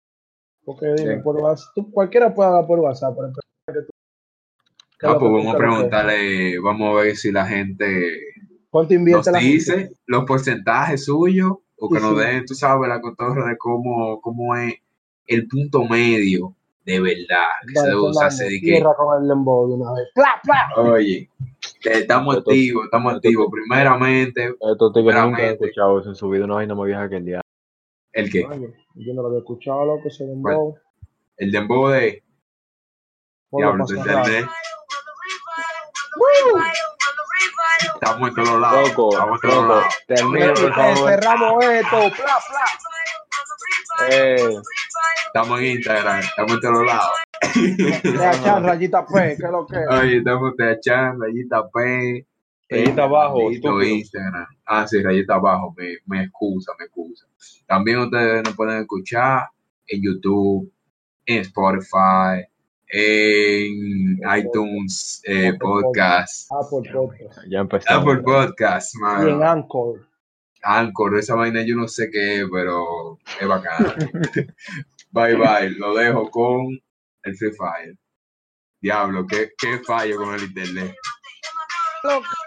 [SPEAKER 3] Porque dime,
[SPEAKER 2] Sí.
[SPEAKER 3] por WhatsApp, tú- cualquiera puede hablar por WhatsApp, pero... que
[SPEAKER 2] Ah, pues vamos a
[SPEAKER 3] lo que tú quieras hacer.
[SPEAKER 2] preguntarle, vamos a ver si la gente
[SPEAKER 3] ¿Cuánto
[SPEAKER 2] nos
[SPEAKER 3] invierte la gente?
[SPEAKER 2] dice los porcentajes suyos o que
[SPEAKER 3] Sí,
[SPEAKER 2] nos
[SPEAKER 3] sí.
[SPEAKER 2] den, tú sabes, la cotorra de cómo, cómo es el punto medio de verdad que se
[SPEAKER 3] Dale,
[SPEAKER 2] debe usarse
[SPEAKER 3] Fernando,
[SPEAKER 2] de que,
[SPEAKER 3] Cierra con el dembow de una vez. ¡Pla, pla!
[SPEAKER 2] oye, eh, estamos
[SPEAKER 4] Esto-
[SPEAKER 2] activos, estamos
[SPEAKER 4] esto-
[SPEAKER 2] activos. Primeramente,
[SPEAKER 4] Estos tigres nunca he
[SPEAKER 2] Claramente.
[SPEAKER 4] escuchado eso en su vida, una vaina más vieja que el día.
[SPEAKER 2] el que,
[SPEAKER 3] Oye, Yo no lo había escuchado, loco, ese dembow.
[SPEAKER 2] el dembow de
[SPEAKER 3] Ponlo
[SPEAKER 2] diablo,
[SPEAKER 3] más
[SPEAKER 2] ¿tú
[SPEAKER 3] atrás.
[SPEAKER 2] entendés? Estamos en todos lados,
[SPEAKER 4] Loco,
[SPEAKER 2] estamos en todos
[SPEAKER 4] loco,
[SPEAKER 2] lados.
[SPEAKER 4] termina, por
[SPEAKER 3] Eh,
[SPEAKER 4] favor.
[SPEAKER 3] Cerramos esto. ¡Pla, pla!
[SPEAKER 4] Eh,
[SPEAKER 2] Estamos en Instagram, estamos en todos lados.
[SPEAKER 3] De acá, rayita P, ¿qué es lo que es?
[SPEAKER 2] Oye, estamos Teachán, Rayita P.
[SPEAKER 4] Rayita abajo,
[SPEAKER 2] Maldito
[SPEAKER 4] estúpido.
[SPEAKER 2] Instagram. Ah, sí, Rayita abajo. Me, me excusa, me excusa. También ustedes nos pueden escuchar en YouTube, en Spotify, en iTunes eh,
[SPEAKER 3] Apple
[SPEAKER 2] Podcast.
[SPEAKER 3] Ah, por podcast.
[SPEAKER 4] ya empezamos.
[SPEAKER 2] Apple Podcast,
[SPEAKER 3] Y en
[SPEAKER 4] ah.
[SPEAKER 2] mano.
[SPEAKER 3] Anchor.
[SPEAKER 2] Anchor, esa vaina yo no sé qué es, pero es bacana. bye bye, lo dejo con el Free Fire. Diablo, qué, qué fallo con el internet.
[SPEAKER 3] Lo que-